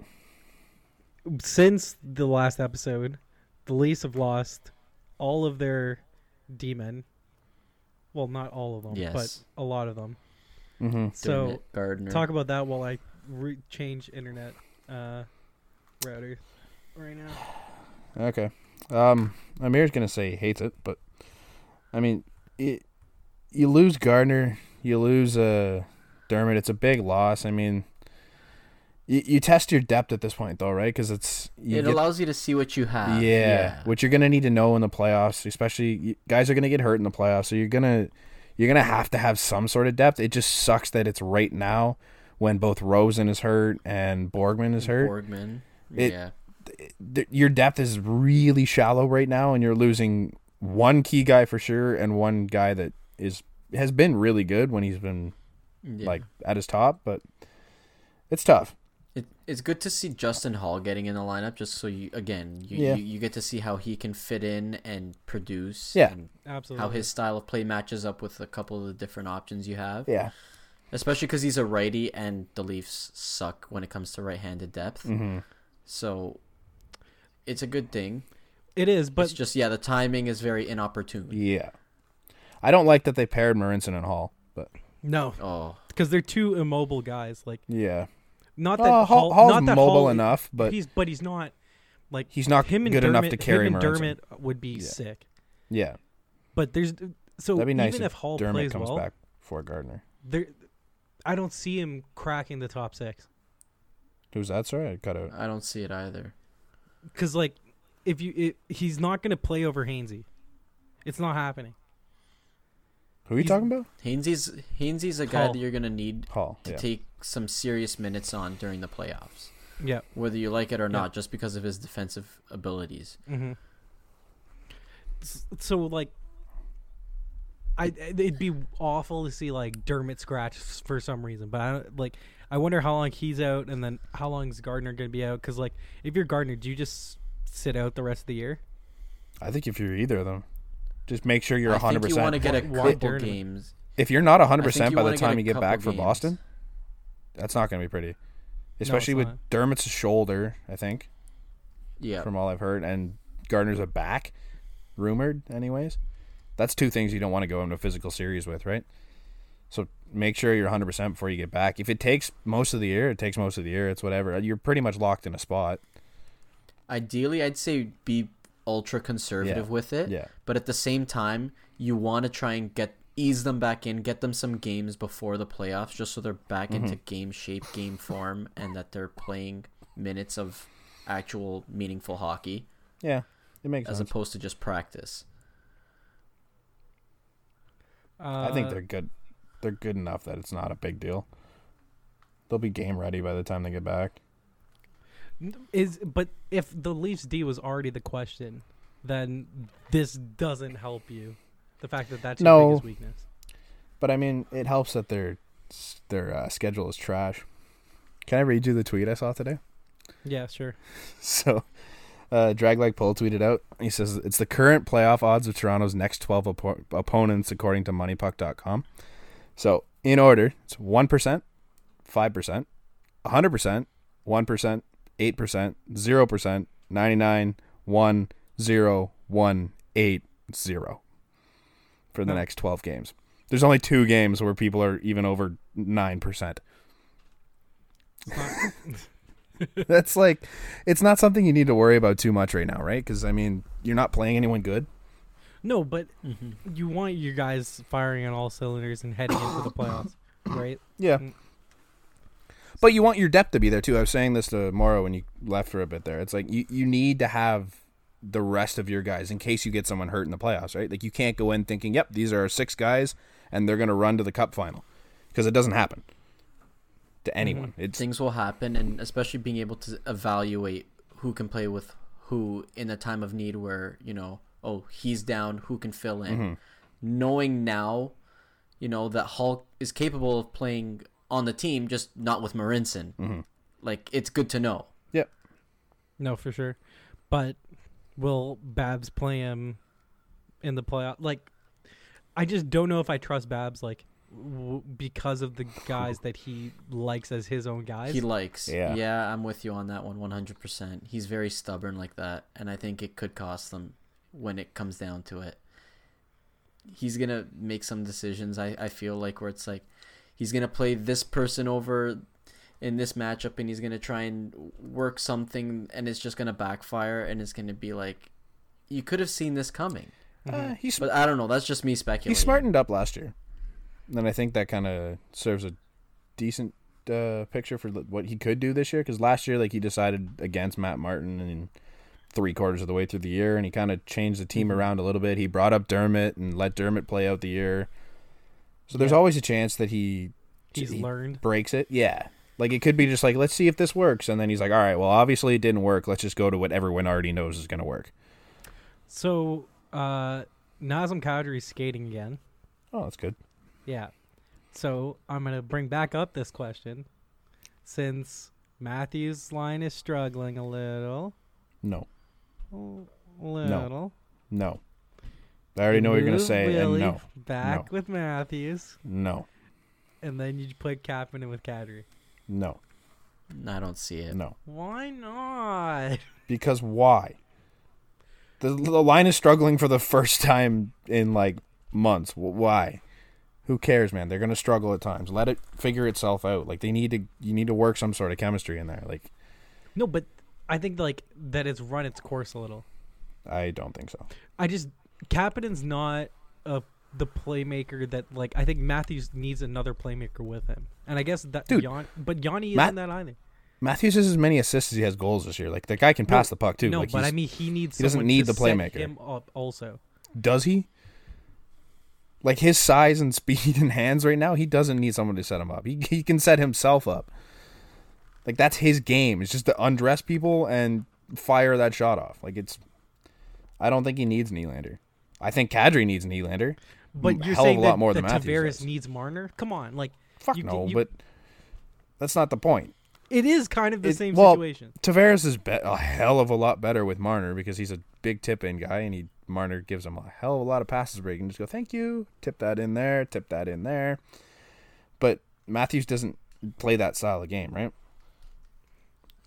since the last episode, the Leafs have lost all of their demon. Well, not all of them,
Yes.
but a lot of them.
Mm-hmm.
So
Dermot Gardner.
talk about that while I re- change internet uh, router right now.
Okay. Um, Amir's gonna say he hates it, but I mean, it, you lose Gardner, you lose uh, Dermot. It's a big loss. I mean, you, you test your depth at this point, though, right? Because it's you
it
get-
allows you to see what you have.
Uh, yeah, which you're gonna need to know in the playoffs, especially you, guys are gonna get hurt in the playoffs, so you're gonna you're gonna have to have some sort of depth. It just sucks that it's right now when both Rosen is hurt and Borgman is hurt
Borgman.
It-
yeah.
th- your depth is really shallow right now, and you're losing one key guy for sure, and one guy that is has been really good when he's been
Yeah.
like at his top, but it's tough.
It, it's good to see Justin Hall getting in the lineup just so you again you,
Yeah.
you, you get to see how he can fit in and produce
Yeah.
and
Absolutely.
how his style of play matches up with a couple of the different options you have
Yeah,
especially because he's a righty and the Leafs suck when it comes to right-handed depth
Mm. Mm-hmm.
so it's a good thing
it is, but
it's just yeah the timing is very inopportune
yeah. I don't like that they paired Marinson and Hall, but
no,
oh
because they're two immobile guys. Like
yeah,
not that
uh, Hall,
Hall,
Hall's
not that
mobile
Hall-
enough, but
he's but he's not like
he's not
him and
good
Dermot,
enough to carry
him and
Marinson.
Dermot would be
Yeah.
sick.
Yeah,
But there's so
that'd be nice
even
if,
if Hall
Dermot
plays
comes
well,
back for Gardner.
there I don't see him cracking the top six
Who's that? Sorry, I cut out.
I don't see it either
because like if you it, he's not going to play over Hainsey. It's not happening.
Who are you
he's-
talking about?
Hainsey's Hainsey's a guy
Hall.
that you're gonna need
Hall.
to
yeah.
take some serious minutes on during the playoffs
Yeah.
whether you like it or not, just because of his defensive abilities.
Mm-hmm. So like, I it'd be awful to see like Dermot scratch s- for some reason, but I don't like. I wonder how long he's out, and then how long's Gardner gonna be out? Because like, if you're Gardner, do you just sit out the rest of the year?
I think if you're either of them, just make sure you're
I
100.
think you want to
percent
get a
Why-
couple
why-
games.
if you're not
I
100
think
percent
you
by the
wanna get
time
a
you get
couple
back for
games.
Boston, that's not going to be pretty. Especially with
not.
Dermot's shoulder, I think,
Yeah,
from all I've heard, and Gardner's a back. rumored, anyways. That's two things you don't want to go into a physical series with, right? So make sure you're 100% before you get back. If it takes most of the year, it takes most of the year. It's whatever. Uh, You're pretty much locked in a spot.
Ideally, I'd say be ultra conservative
Yeah.
with it.
Yeah.
But at the same time, you want to try and get ease them back in, get them some games before the playoffs, just so they're back
Mm-hmm.
into game shape, game form, and that they're playing minutes of actual meaningful hockey
Yeah, it makes
as
sense.
opposed to just practice.
Uh,
I think they're good. They're good enough that it's not a big deal. They'll be game ready by the time they get back.
is but if the Leafs D was already the question, then this doesn't help you. The fact that that's your
No.
biggest weakness.
But I mean, it helps that their their uh, schedule is trash. Can I read you the tweet I saw today?
Yeah, sure.
So, uh, Drag Like Pole tweeted out. He says it's the current playoff odds of Toronto's next twelve oppo- opponents according to MoneyPuck.com. So in order, it's one percent, five percent, hundred percent, one percent, eight percent, zero percent, ninety nine, one, zero, one, eight, zero. For the
No.
next twelve games, there's only two games where people are even over nine percent.
It's not-
That's like, it's not something you need to worry about too much right now, right? Because I mean, you're not playing anyone good.
no, but
Mm-hmm.
you want your guys firing on all cylinders and heading into the playoffs, right?
Yeah.
Mm.
But you want your depth to be there too. I was saying this to Morrow when you left for a bit there. It's like you, you need to have the rest of your guys in case you get someone hurt in the playoffs, right? Like you can't go in thinking, yep, these are our six guys and they're going to run to the cup final because it doesn't happen to anyone. It's
Things will happen, and especially being able to evaluate who can play with who in a time of need where, you know, oh, he's down, who can fill in. Knowing now, you know, that Hulk is capable of playing on the team, just not with Marinson. Like, it's good to know.
yep.
No, for sure. But will Babs play him in the playoff? Like, I just don't know if I trust Babs. Like, w- because of the guys that he likes as his own guys.
He likes.
Yeah.
Yeah. I'm with you on that one 100%. He's very stubborn like that, and I think it could cost them when it comes down to it. He's going to make some decisions, I, I feel like, where it's like he's going to play this person over in this matchup and he's going to try and work something, and it's just going to backfire, and it's going to be like, you could have seen this coming.
Uh, he's
But I don't know. That's just me speculating.
he smartened up last year, and I think that kind of serves a decent uh, picture for what he could do this year. Because last year, like he decided against Matt Martin, and three quarters of the way through the year, and he kind of changed the team
Mm-hmm.
around a little bit. He brought up Dermot and let Dermot play out the year. So there's always a chance that he
He's
he
learned.
breaks it. Yeah. Like it could be just like let's see if this works, and then he's like, "All right, well, obviously it didn't work. Let's just go to what everyone already knows is going to work."
So, uh, Nazem Kadri's skating again.
Oh, that's good.
Yeah. So I'm gonna bring back up this question, since Matthew's line is struggling a little,
No,
little.
no. I already know what you're going to
Move
say,
Willie
and no,
Back
No.
with Matthews,
no.
and then you put Kapanen with Kadri.
No,
I don't see it.
no.
Why not?
Because why? The, the line is struggling for the first time in like months. Wh- Why? Who cares, man? They're gonna struggle at times. Let it figure itself out. Like they need to, you need to work some sort of chemistry in there. Like
No, but I think like that it's run its course a little.
I don't think so.
I just Kapanen's not a the playmaker that like I think Matthews needs another playmaker with him, and I guess that
Dude,
Yan, but Yanni
Matt-
isn't that either.
Matthews has as many assists as he has goals this year. Like the guy can pass the puck too.
no,
like
but
he's-
I mean he needs.
he doesn't
someone
need
to
the
set
playmaker.
Him up also.
does he? Like his size and speed and hands right now, he doesn't need someone to set him up. He, he can set himself up. Like that's his game. It's just to undress people and fire that shot off. Like it's I don't think he needs Nylander. I think Kadri needs Nylander.
But
Mm,
you're
hell of
saying
a lot
that,
more
that
than Matthews
Tavares
does.
needs Marner? Come on, like
Fuck
you can-
no,
you-
but that's not the point.
it is kind of the
It-
same
well,
situation.
Tavares is be- a hell of a lot better with Marner because he's a big tip in guy and he Marner gives him a hell of a lot of passes where he can just go, thank you, tip that in there, tip that in there. But Matthews doesn't play that style of game, right?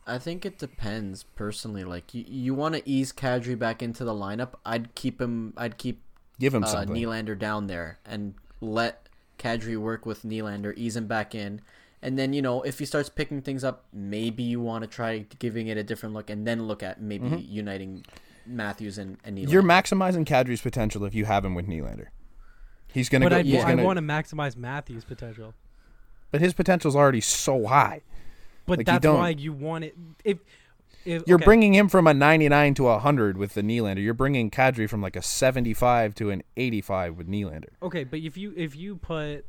I think it depends personally. Like you, you want to ease Kadri back into the lineup. I'd keep him. I'd keep
Give him
uh,
something.
Nylander down there and let Kadri work with Nylander, ease him back in. And then, you know, if he starts picking things up, maybe you want to try giving it a different look and then look at maybe
Mm-hmm.
uniting Matthews and, and Nylander.
You're maximizing Kadri's potential if you have him with Nylander. He's gonna
But
go.
I,
he's
I
gonna-
want to maximize Matthews' potential.
But his potential's already so high.
But
Like, you
that's
don't-
why you want it. If, if
You're
okay,
bringing him from a 99 to a 100 with the Nylander. You're bringing Kadri from like a 75 to an 85 with Nylander.
okay, but if you if you put,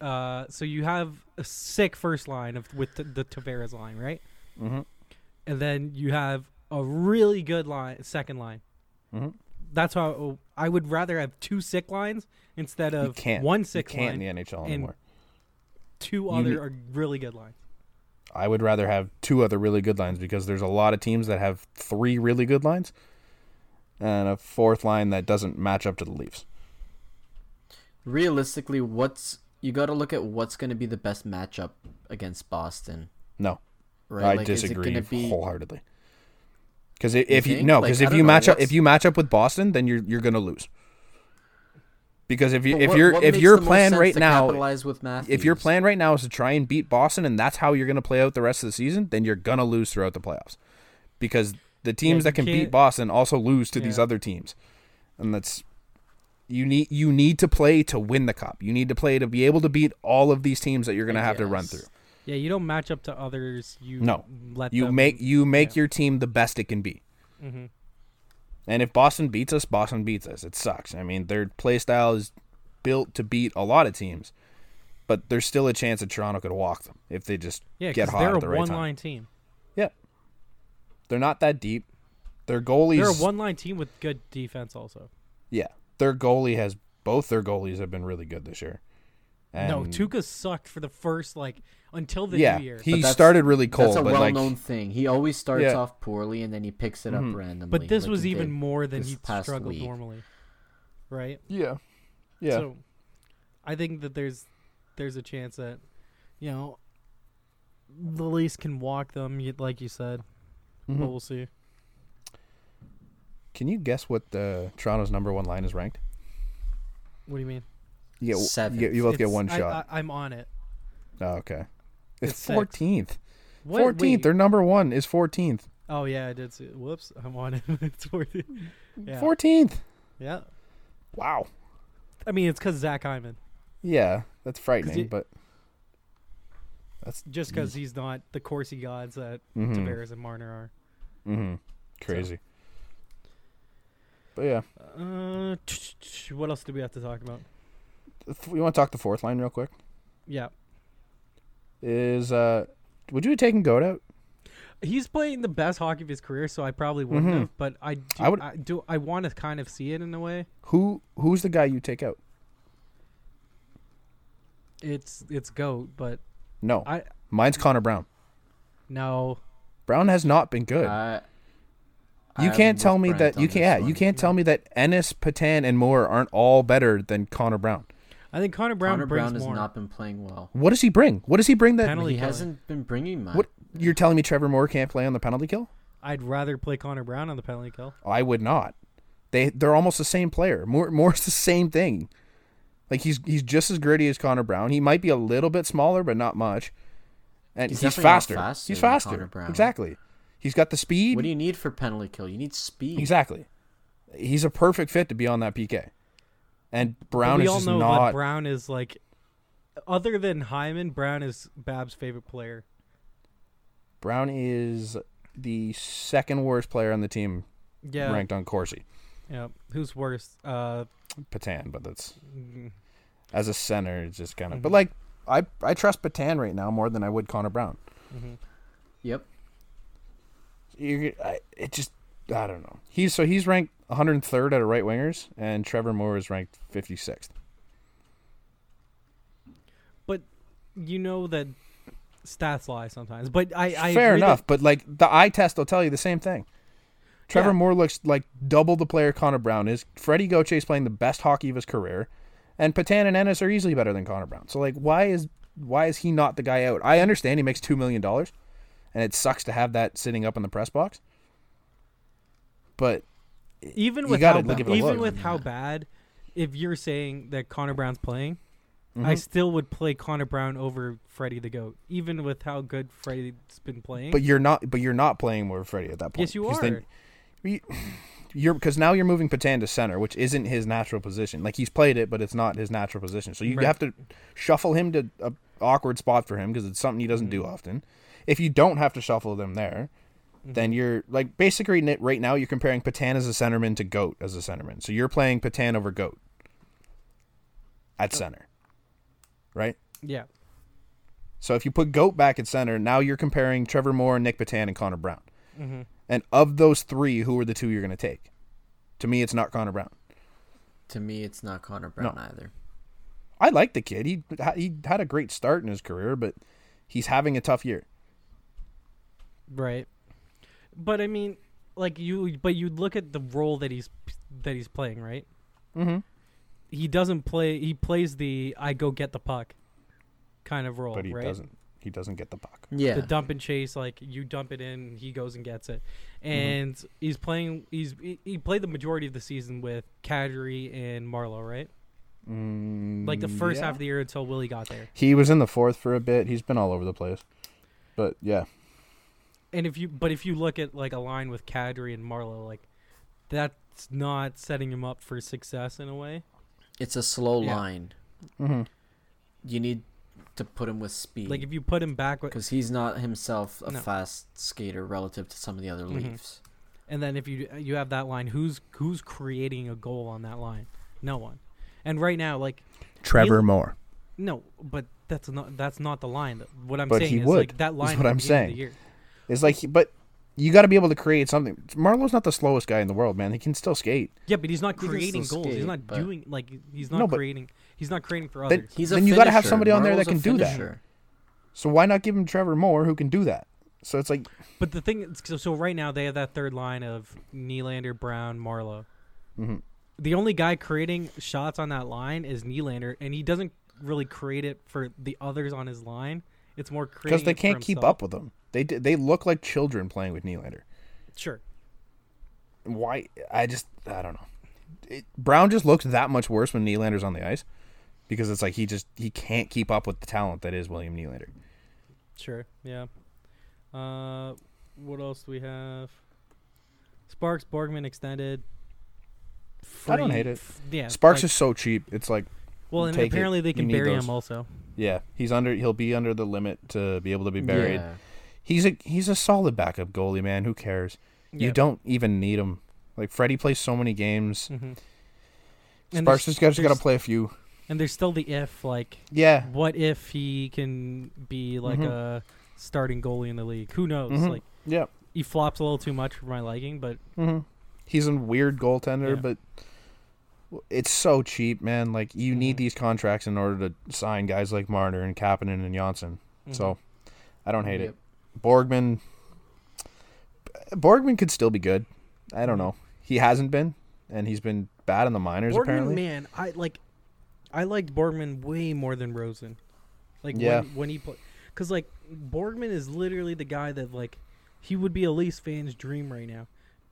uh, so you have a sick first line of with the, the Tavares line, right?
Mhm.
And then you have a really good line, second line.
Mhm.
That's how I would rather have two sick lines instead
You
of
can't.
one
you
sick
can't
line,
in the NHL
and-
anymore.
two
you need-
other are really good lines.
I would rather have two other really good lines because there's a lot of teams that have three really good lines and a fourth line that doesn't match up to the Leafs.
Realistically, what's you got to look at what's going to be the best matchup against Boston,
No,
right?
I
Like, is it
disagree
gonna be-
wholeheartedly. Because if you
think?
no,
Like,
because
I
if
don't
you
know,
match up
what's-
if you match up with Boston, then you're you're gonna lose. Because if you
But
if
what-
your
what
if
makes
your
the most
plan
sense
right
to
now
capitalize with Matthews?
if your plan right now is to try and beat Boston and that's how you're gonna play out the rest of the season, then you're gonna lose throughout the playoffs. Because the teams
you
that can beat
can't-
Boston also lose to these
Yeah.
other teams, and that's you need you need to play to win the cup. You need to play to be able to beat all of these teams that you're gonna
I
have to run
guess.
through.
Yeah, you don't match up to others. You
No.
let
You
them-
make you make your team the best it can be.
Mm-hmm.
And if Boston beats us, Boston beats us. It sucks. I mean, their play style is built to beat a lot of teams, but there's still a chance that Toronto could walk them if they just
yeah,
get
'cause
hot
they're
at
a
the right
one
time.
line team.
Yep. They're not that deep. Their goalies.
They're a one line team with good defense also.
Yeah. Their goalie has both their goalies have been really good this year. And
no, Tuca sucked for the first like until the
Yeah,
new year.
he
that's-
started really cold,
That's a
but like
well-known thing. He always starts
Yeah. Mm-hmm.
off poorly and then he picks it up randomly.
but this
like
was
he
even
did
more than
this
he
past
struggled
week.
normally. Right?
yeah, yeah.
So I think that there's there's a chance that you know the Leafs can walk them you- like you said.
Mm-hmm.
But we'll see.
Can you guess what uh, Toronto's number one line is ranked?
What do you mean?
Yeah,
Seventh.
you, you both get
It's-
one
I-
shot.
I, am on it.
Oh, okay. It's
It's six.
fourteenth.
What-
Fourteenth.
wait.
Their number one is fourteenth.
Oh yeah, I did see. It. Whoops, I'm on it. it's 14.
Mm-hmm.
Yeah.
Fourteenth.
yeah.
Wow.
I mean, it's because Zach Hyman,
Yeah, that's frightening,
you-
but
just
Mm.
because he's not the Corsi gods that
Mhm.
Tavares and Marner are.
mhm, crazy. But yeah,
Uh, tch, tch, what else do we have to talk about?
If we want to talk the fourth line real quick.
Yeah,
Is uh, would you have taken Goat out?
he's playing the best hockey of his career, so I probably wouldn't
Mhm.
have. But I do.
I
I,
would-
do. I want to kind of see it in a way.
Who who's the guy you take out?
It's it's goat, but
No,
I
mine's Connor Brown.
no.
Brown has not been good.
I-
you
I'm
can't
with
tell me
Brent
that
on
you
this
can't. Yeah, you
one.
can't tell me that Ennis, Patan, and Moore aren't all better than Connor Brown.
I think Connor Brown
Connor
brings
Brown has
more.
not been playing well.
What does he bring? What does he bring that?
Penalty
he
killing.
hasn't been bringing much.
What you're telling me? Trevor Moore can't play on the penalty kill? Oh,
I'd rather play Connor Brown on the penalty kill.
I would not. They they're almost the same player. Moore Moore's the same thing. Like he's he's just as gritty as Connor Brown. He might be a little bit smaller, but not much. And he's,
He's definitely not
faster.
faster
He's
than
faster.
Connor Brown.
Exactly. He's got the speed.
What do you need for penalty kill? You need speed.
exactly. He's a perfect fit to be on that PK. And Brown
we
is
all
just
know
not.
that Brown is like, other than Hyman, Brown is Bab's favorite player.
Brown is the second worst player on the team,
Yeah.
ranked on Corsi.
Yeah. Who's worse? Uh,
Patan, but that's
mm,
as a center, it's just kind of. But like, I I trust Patan right now more than I would Connor Brown.
Yep.
you I, it just I don't know. He's so he's ranked 103rd at a right wingers, and Trevor Moore is ranked 56th.
but you know that stats lie sometimes. But I, I
Fair
agree that-
enough, but like the eye test will tell you the same thing. Trevor
Yeah.
Moore looks like double the player Connor Brown is. Freddie Gauthier is playing the best hockey of his career, and Patan and Ennis are easily better than Connor Brown. So like, why is why is he not the guy out? I understand he makes two million dollars, and it sucks to have that sitting up in the press box. But
even
You
with
gotta
how
look
ba-
at the
even
look.
with how bad, if you're saying that Connor Brown's playing,
Mm-hmm.
I still would play Connor Brown over Freddie the Goat, even with how good Freddie's been playing.
but you're not but you're not playing with Freddie at that point.
yes, you
'cause
are.
then you- you're because now you're moving Patan to center, which isn't his natural position. Like he's played it, but it's not his natural position. So you
Right.
have to shuffle him to a awkward spot for him because it's something he doesn't do
Mm-hmm.
often. If you don't have to shuffle them there, then you're like basically n- right now you're comparing Patan as a centerman to Goat as a centerman. So you're playing Patan over Goat
Oh.
at center, right?
yeah,
So if you put Goat back at center, now you're comparing Trevor Moore, Nick Patan, and Connor Brown.
Mm-hmm.
And of those three, who are the two you're going to take? To me, it's not Connor Brown.
To me, it's not Connor Brown either.
I like the kid. He he had a great start in his career, but he's having a tough year.
right. But I mean, like you, but you look at the role that he's that he's playing, right? Mm-hmm. He doesn't play. He plays the "I go get the puck" kind of role,
But he
right?
doesn't. He doesn't get the puck.
Yeah.
the dump and chase like you dump it in he goes and gets it
Mm-hmm.
and he's playing he's he- he played the majority of the season with Kadri and Marlowe right like
Mm,
the first half of the year until Willie got there
He was in the fourth for a bit. He's been all over the place. But yeah,
and if you but if you look at like a line with Kadri and Marlowe like that's not setting him up for success in a way
it's a slow
Yeah.
line.
Mm-hmm.
You need to put him with speed.
like if you put him back with,
because he's not himself a
No. Mm-hmm.
fast skater relative to some of the other Leafs.
and then if you you have that line who's who's creating a goal on that line no one and right now like
Trevor Moore.
No, but that's not that's not the line. that- What I'm
But
saying
he
is
would,
like that
is
line.
what
at
I'm
the end of
saying.
the year.
It's like, he- but you got to be able to create something. Marlowe's not the slowest guy in the world, man. He can still skate.
Yeah, but he's not
can
creating
still
goals. he's
skate,
not
but-
doing like he's not
No, but-
creating. He's not creating for
Then-
others.
He's
Then you gotta have
finisher.
somebody on there that
Marlowe's a
can do that.
finisher.
So why not give him Trevor Moore, who can do that? So it's like
but the thing, is- so, so right now they have that third line of Nylander, Brown, Marlowe.
Mm-hmm.
The only guy creating shots on that line is Nylander, and he doesn't really create it for the others on his line. It's more creating
because they
it for
can't keep
himself.
up with them. They d- they look like children playing with Nylander.
Sure,
Why? I just I don't know. It, Brown just looks that much worse when Nylander's on the ice because it's like he just he can't keep up with the talent that is William Nylander.
Sure. Yeah. Uh, what else do we have? Sparks Borgman extended.
I don't
Free-
hate it.
f- yeah.
Sparks
like-
is so cheap. It's like
well, and
take it.
apparently they
You
can
need
bury
those.
him also.
yeah, he's under he'll be under the limit to be able to be buried.
Yeah.
He's a he's a solid backup goalie, man. Who cares? You
Yep.
don't even need him. Like Freddie plays so many games.
And
Sparks
Mm-hmm. there's-
just got to
there's-
play a few.
And there's still the if, like,
Yeah, Mm-hmm.
what if he can be like a starting goalie in the league? Who knows? Like,
yeah.
he flops a little too much for my liking, but
he's a weird goaltender,
Mm-hmm. Yeah.
but it's so cheap, man. Like you
Mm-hmm.
need these contracts in order to sign guys like Marner and Kapanen and Janssen.
mm-hmm.
So I don't hate
Yep.
it. Borgman Borgman could still be good. I don't know. He hasn't been, and he's been bad in the minors
Mm-hmm. Borgman,
apparently.
man, I like. I liked Borgman way more than Rosen. Like
Yeah.
when, when he played, because like Borgman is literally the guy that like he would be a Leafs fan's dream right now.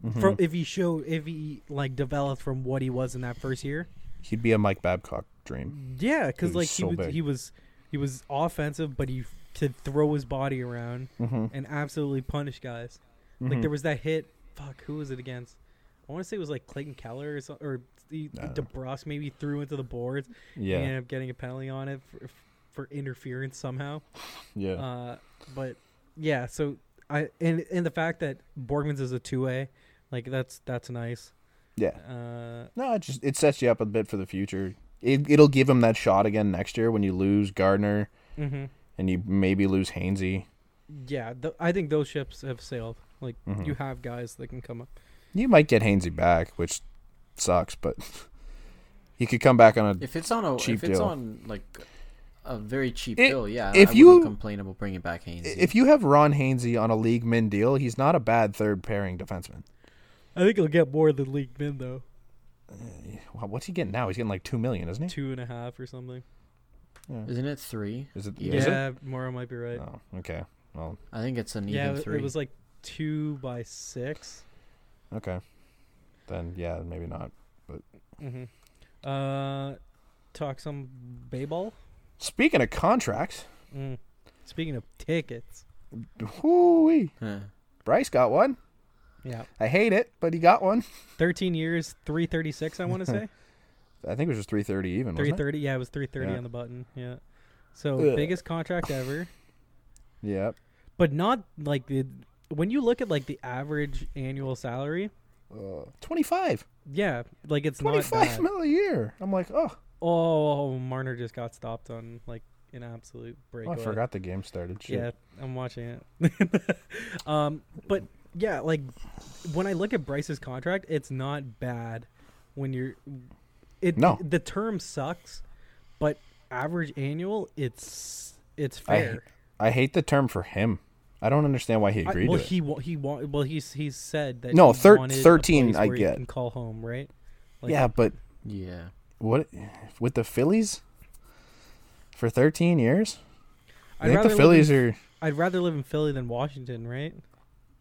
Mm-hmm.
From if he showed if he like developed from what he was in that first year.
He'd be a Mike Babcock dream.
Yeah, because
was
like
so
he was
big.
he was he was offensive, but he f- could throw his body around
Mm-hmm.
and absolutely punish guys. Like there was that hit. Fuck, who was it against? I want to say it was like Clayton Keller or something, or he, DeBrus maybe threw into the boards.
Yeah.
and ended up getting a penalty on it for, for interference somehow.
Yeah.
Uh, but yeah, so I and and the fact that Borgman's is a two way, like that's that's nice.
yeah.
Uh,
No, it just it sets you up a bit for the future. It, it'll give him that shot again next year when you lose Gardner
mhm.
and you maybe lose Hainsey.
Yeah, th- I think those ships have sailed. Like
Mm-hmm.
you have guys that can come up.
You might get Hainsey back, which sucks, but he could come back on a.
If it's on a
Cheap
if it's
deal.
on like a very cheap
It-
deal, yeah.
if
I
you-
wouldn't complain about bringing back Haynes.
If you have Ron Hainsey on a league min deal, he's not a bad third pairing defenseman.
I think he'll get more than league men though,
Wow, What's he getting now? He's getting like two million, isn't he?
two and a half or something.
Isn't it three?
Is it?
Yeah.
Is it?
yeah, Morrow might be right.
Oh, okay. Well,
I think it's an
yeah,
even
it-
three.
it was like two by six.
okay. Then yeah, maybe not.
Mm-hmm. Uh, talk some Bayball.
Speaking of contracts,
Mm. Speaking of tickets,
whoo
Huh.
Bryce got one.
yeah,
I hate it, but he got one.
thirteen years, three thirty six. I want to say
I think it was just three thirty even.
three
Wasn't it?
thirty. Yeah, it was three thirty
Yeah.
on the button. Yeah, so
Ugh.
biggest contract ever,
Yeah.
but not like the when you look at like the average annual salary.
Uh, 25
Yeah, like it's not
25
that.
mil a year. I'm like, oh,
Oh, Marner just got stopped on like an absolute
Oh, I
breakaway.
forgot the game started. Shit.
Yeah, I'm watching it. um, but yeah, like when I look at Bryce's contract, it's not bad. When you're, it
No.
the term sucks, but average annual, it's it's
I-
fair.
I hate the term for him. I don't understand why he
I-
agreed
well,
to it.
he wa- he wa- well he's he's said that
No,
he
thir-
wanted a
13
place
I
where
get.
he can call home right. like-
yeah, but
Yeah.
what with the Phillies for 13 years? I think the
live
Phillies
in-
are
I'd rather live in Philly than Washington, right?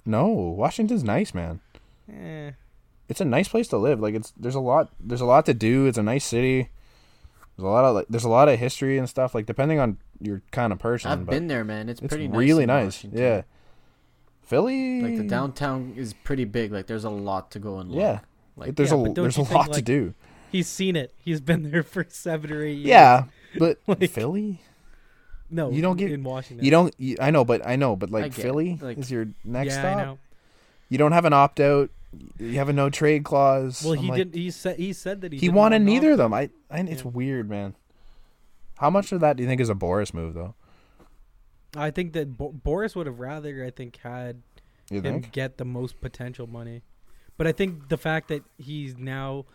no. Washington's nice, man.
Eh.
It's a nice place to live. Like it's there's a lot there's a lot to do. It's a nice city. There's a lot of like there's a lot of history and stuff. Like depending on your kind of person,
I've
but
been there, man. It's,
it's
pretty
really nice.
nice. in
Yeah,
Washington.
Philly.
Mm.
Like the downtown is pretty big. Like there's a lot to go and look.
Yeah,
Like
there's
Yeah,
a
but don't
there's a
you think,
lot to
like,
do.
He's seen it. He's been there for seven or eight years.
Yeah, but
Like-
Philly.
No,
You don't get-
in Washington.
You don't. You, I know, but I know, but
I
like
get it.
Philly
Like-
is your next
yeah,
stop.
I know.
You don't have an opt out. You have a no trade clause.
Well,
I'm
he
like-
didn't. He said he said that he.
He,
didn't
wanted
want an
neither
opt-
of them. I. I it's weird, man. How much of that do you think is a Boris move, though?
I think that Bo- Boris would have rather, I think, had
You
him
think?
get the most potential money, but I think the fact that he's now,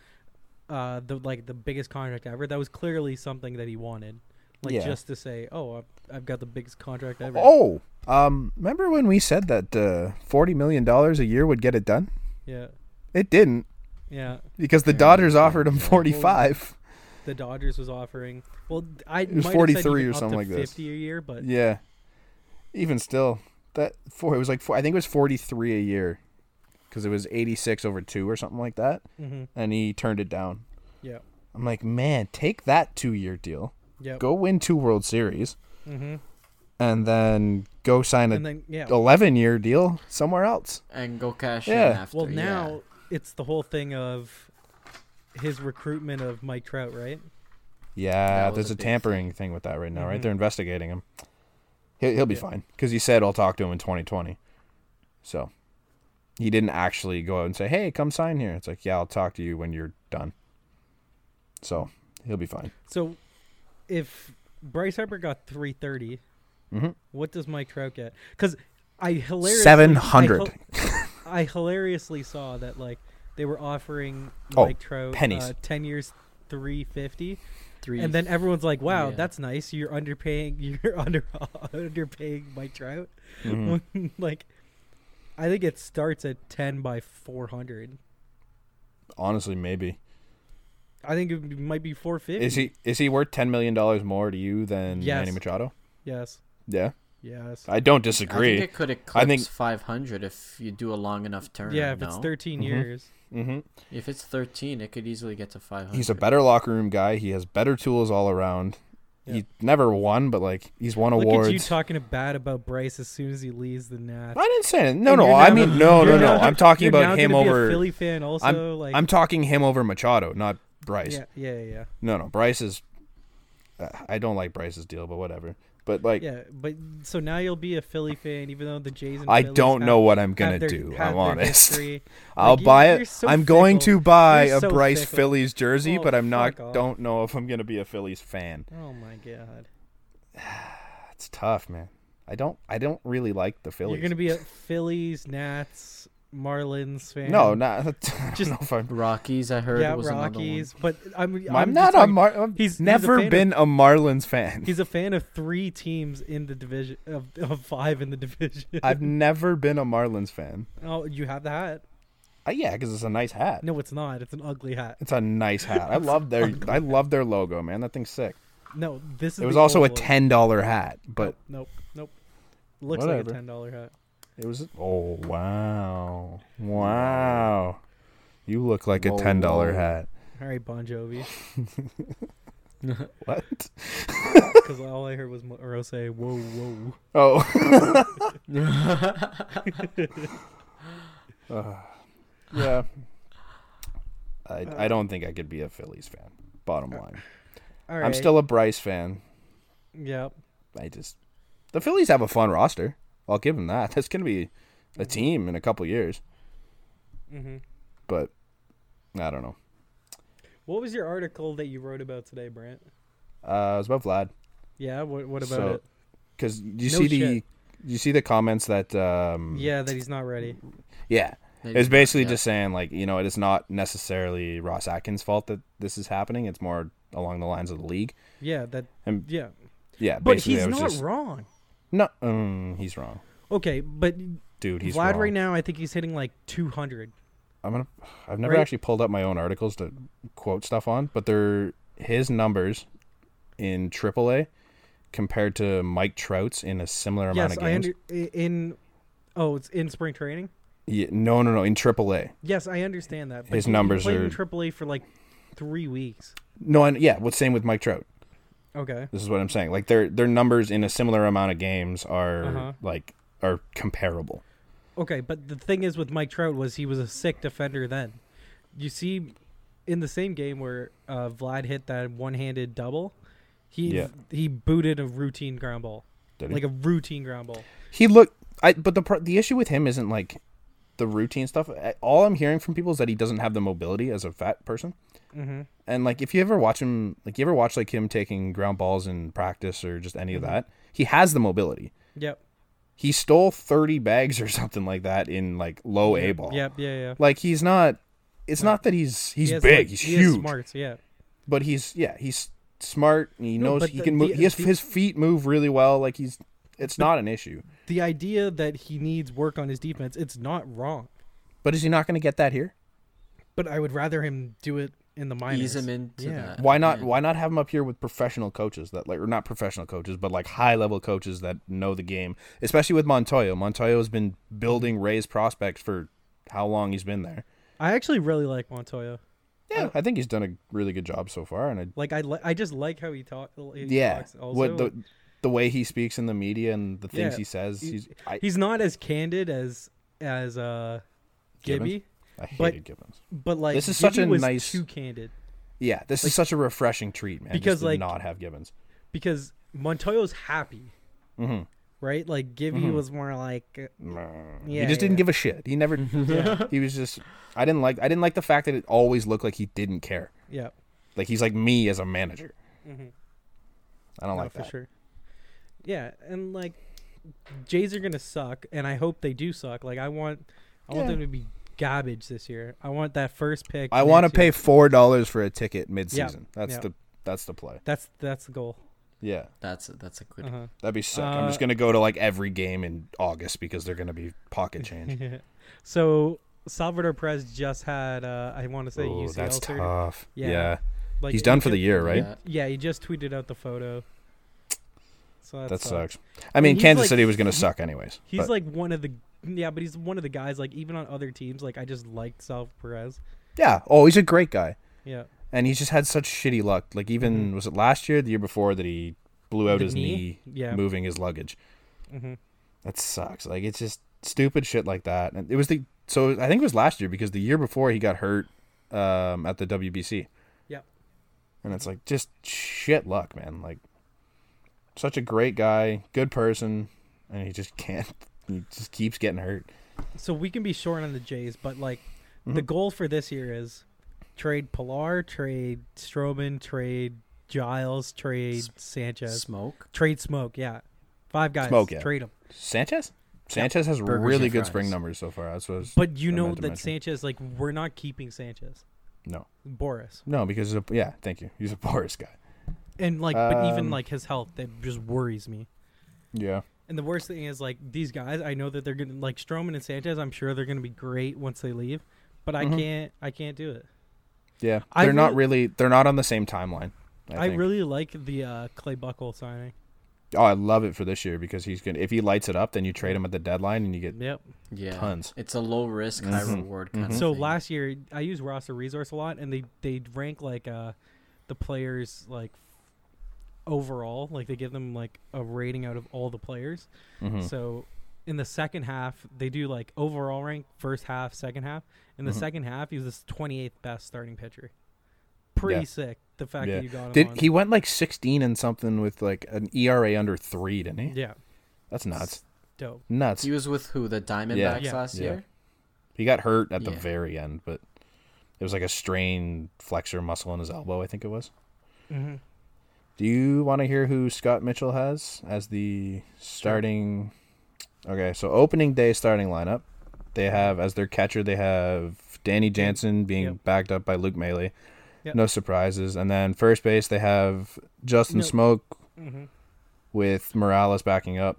uh, the like the biggest contract ever. That was clearly something that he wanted, like
Yeah.
just to say, oh, I've, I've got the biggest contract ever.
Oh, um, remember when we said that uh, forty million dollars a year would get it done?
yeah,
It didn't
yeah.
because the
Yeah,
Dodgers
yeah,
offered him
yeah.
forty five.
The Dodgers was offering. Well, I
It
might have
was
said
43
even
or
up to
something like this.
Fifty a year, but
Yeah. Even still, that four. It was like four, I think it was forty three a year, because it was eighty six over two or something like that,
mhm,
and he turned it down.
yeah,
I'm like, man, take that two year deal.
yeah.
Go win two World Series,
hmm
and then go sign
And
a
then yeah,
eleven year deal somewhere else.
And go cash
Yeah.
in after.
Well,
yeah.
now it's the whole thing of his recruitment of Mike Trout, right?
Yeah,
was
there's
a
a
big
tampering thing with that right now, right?
Mhm.
They're investigating him. He'll, he'll be
Yeah.
fine because he said I'll talk to him in 2020. So he didn't actually go out and say, "Hey, come sign here." It's like, yeah, I'll talk to you when you're done. So he'll be fine.
So if Bryce Harper got 330,
Mhm.
what does Mike Trout get? Because I hilariously
Seven hundred.
I, hil- I hilariously saw that like they were offering
Oh,
Mike Trout
pennies.
Uh, 10 years 350,
three.
and then everyone's like, "Wow,
Yeah.
that's nice. You're underpaying. You're under underpaying Mike Trout."
Mm-hmm.
like, I think it starts at 10 by 400.
Honestly, maybe
I think it would be- might be 450.
is he is he worth ten million dollars more to you than
Yes.
Manny Machado?
Yes.
Yeah,
Yes.
I don't
I think
disagree.
it could
I
eclipse
think-
500 if you do a long enough term.
yeah, if it's
no?
13
Mhm.
years.
mm-hmm.
If it's 13, it could easily get to 500.
He's a better locker room guy. He has better tools all around.
Yeah.
He never won, but like he's won
Look
awards.
at you talking bad about Bryce as soon as he leaves the Nats.
I didn't say it. No,
And
no.
you're
I
now
mean,
gonna-
no, no,
you're
no.
now-
I'm talking
you're now
about him
gonna be a
over.
Philly fan also. like,
I'm talking him over Machado, not Bryce.
yeah, yeah, yeah,
No, no. Bryce is. Uh, I don't like Bryce's deal, but whatever. But like,
yeah. But so now you'll be a Philly fan, even though the Jays. And
I
Phillies
don't
have-
know what I'm
have
gonna
their-
do.
have
I'm
their
honest.
history.
I'll
Like, you-
buy
you're
it.
so
I'm going
fickle.
to buy
You're
a
so
Bryce
fickle.
Phillies jersey,
Oh,
but I'm not.
fuck off.
Don't know if I'm gonna be a Phillies fan.
Oh my god.
It's tough, man. I don't. I don't really like the Phillies.
You're gonna be a Phillies, Nats, Marlins fan.
No, not. I don't
Just-
know if I'm.
Rockies, I heard.
yeah,
was another one.
Rockies. But I'm. I'm, just
I'm not a
talking-
Mar. I've
he's- he's a
never
fan of-
been a Marlins fan.
He's a fan of three teams in the division of, of five in the division.
I've never been a Marlins fan.
oh, you have the hat?
Uh, yeah, because it's a nice hat.
No, it's not. It's an ugly hat.
It's a nice hat. I love their I love their logo, man. That thing's sick.
No, this is.
It was
the
also a
old one.
ten dollar hat, but
Nope, nope. looks like
Whatever.
a ten dollar hat.
It was. Oh wow, wow! You look like
Whoa,
a ten dollar
whoa.
hat.
All right, Bon Jovi,
What?
because all I heard was Mo- Rose. Whoa, whoa.
Oh, yeah. I I don't think I could be a Phillies fan. Bottom line,
All right.
I'm still a Bryce fan.
Yep.
I just the Phillies have a fun roster. I'll give them that. That's gonna be a team in a couple years,
hmm
but I don't know.
What was your article that you wrote about today, Brant?
Uh, it's about Vlad.
Yeah. What What about
So-
it?
Cause you
No
see the
shit.
you see the comments that um
Yeah, that he's not ready.
yeah
Maybe
it's
not,
basically
yeah.
just saying like you know it is not necessarily Ross Atkins' fault that this is happening. It's more along the lines of the league.
Yeah. That.
And-
yeah.
Yeah,
But
basically
he's
I was
not
just,
wrong.
No, um, he's wrong,
Okay, but
dude. He's
Vlad
wrong.
right now, I think he's hitting like 200.
I'm gonna. I've never
Right.
actually pulled up my own articles to quote stuff on, but they're his numbers in AAA compared to Mike Trout's in a similar amount
yes,
of
I
games.
under, i- in oh, it's in spring training.
Yeah, no, no, no. In AAA,
Yes, I understand that.
His
he- he
numbers
played in
are-
AAA for like three weeks.
no, and yeah. What's same with Mike Trout?
Okay.
This is what I'm saying. Like their their numbers in a similar amount of games are
Uh-huh.
like are comparable.
Okay, but the thing is with Mike Trout was he was a sick defender then. You see, in the same game where uh, Vlad hit that one-handed double, he
Yeah.
he booted a routine ground ball,
Did he?
like a routine ground ball.
He looked. I but the pro- the issue with him isn't like the routine stuff. I- All I'm hearing from people is that he doesn't have the mobility as a fat person.
Mm-hmm.
And like, if you ever watch him, like you ever watch like him taking ground balls in practice or just
Mm-hmm.
any of that, he has the mobility.
Yep.
He stole thirty bags or something like that in like low A ball.
Yep. Yeah. Yeah.
Like he's not. It's not that he's Oh. he's
He has,
big.
like-
he's
he has
huge.
smarts. Yeah.
But he's yeah. He's smart. And he
No,
knows
but
he
the-
can move.
the-
he has,
the-
his feet move really well. Like he's. It's not an issue.
The idea that he needs work on his defense, it's not wrong.
But is he not going to get that here?
But I would rather him do it in the minors.
ease him into
Yeah.
that.
why not
Yeah.
why not have him up here with professional coaches that like or not professional coaches but like high level coaches that know the game especially with montoya montoya has been building ray's prospects for how long he's been there
I actually really like Montoya.
yeah i think he's done a really good job so far and I,
Like I, li- I just like how he, talk- he
yeah
talks. Also.
what the the way he speaks in the media and the things
Yeah.
he says he's i,
he's not as candid as as uh
Gibbons?
Gibby,
I hated
but-
gibbons
but like
This is
Gibby
such a
was
nice-
too candid
yeah this is such a refreshing treat man
because,
because like
like-
not have gibbons
because Montoya's happy,
Mhm.
right? Like Gibby
Mm-hmm.
was more like uh,
he
Yeah, yeah.
just didn't give a shit he never
Yeah.
he was just i didn't like i didn't like the fact that it always looked like he didn't care
yeah,
Like he's like me as a manager. I don't
no,
like
Mm-hmm. Oh, for
that.
sure. Yeah, and like Jays are gonna suck, and I hope they do suck. Like I want, I want
Yeah.
them to be garbage this year. I want that first pick.
I want to
next year.
pay four dollars for a ticket mid-season. That's
yeah.
the that's the play.
That's that's the goal.
Yeah,
That's that's a good.
Uh-huh.
that'd be sick. I'm
Uh,
just gonna go to like every game in August because they're gonna be pocket change.
So Salvador Perez just had, uh, I want to say
Ooh,
UCL
Oh, that's
surgery.
tough.
Yeah.
Yeah,
Like,
he's
he
done for
ju-
the year, right?
Yeah.
Yeah, he just tweeted out the photo. So that,
that
sucks.
sucks. I mean,
he's
Kansas
like-
City was gonna suck anyways.
He's
but-
like one of the yeah, but he's one of the guys like even on other teams like I just liked Sal Perez.
yeah. Oh, he's a great guy,
Yeah.
and he's just had such shitty luck. Like even was it last year, the year before that he blew out
Mm-hmm. The
his
knee?
knee,
Yeah.
moving his luggage.
Mhm.
That sucks. Like it's just stupid shit like that. And it was the so I think it was last year because the year before he got hurt um, at the WBC.
Yep.
And it's like just shit luck, man. Like such a great guy, good person, and he just can't. He just keeps getting hurt.
So we can be short on the Jays, but like the
Mm-hmm.
goal for this year is trade Pilar, trade Stroman, trade Giles, trade Sanchez,
Smoke.
trade Smoke. Yeah, five guys.
Smoke, yeah.
Trade them.
Sanchez. Sanchez has
Burgers
really
and
good
fries.
spring numbers so far. That's what I was,
But you
I
know
meant to
that
mention.
Sanchez, like, we're not keeping Sanchez.
no,
Boris.
no, because of, yeah, thank you. He's a Boris guy.
And like, but even
Um,
like his health, that just worries me.
Yeah,
And the worst thing is like these guys. I know that they're gonna like Stroman and Sanchez. I'm sure they're gonna be great once they leave, but I can't. I can't do it.
yeah. They're
I
not
really-
really. They're not on the same timeline. I,
I,
think.
really like the uh, Clay Buckle signing.
Oh, I love it for this year because he's gonna. If he lights it up, then you trade him at the deadline and you get
Yep.
Yeah,
Tons.
It's a low risk, high
Mm-hmm.
reward kind of
So
thing.
last year, I used roster resource a lot, and they they rank like uh, the players like overall, like they give them like a rating out of all the players.
Hmm. mm-hmm.
So in the second half, they do like overall rank, first half, second half. In the
Mm-hmm.
second half, he was this 28th best starting pitcher. Pretty
Yeah.
sick. The fact
yeah.
that you got him. on.
Did he went like sixteen and something with like an ERA under three? Didn't he?
Yeah,
That's nuts.
dope.
Nuts.
he was with who the Diamondbacks
Yeah.
last
Yeah.
year.
He got hurt at the
Yeah.
very end, but it was like a strained flexor muscle in his elbow, I think it was.
Mhm.
Do you want to hear who Scott Mitchell has as the starting? Okay, so opening day starting lineup, they have as their catcher, they have Danny Jansen being
Yep.
backed up by Luke Maley.
Yep.
No surprises. And then first base, they have Justin
No.
Smoke with Morales backing up.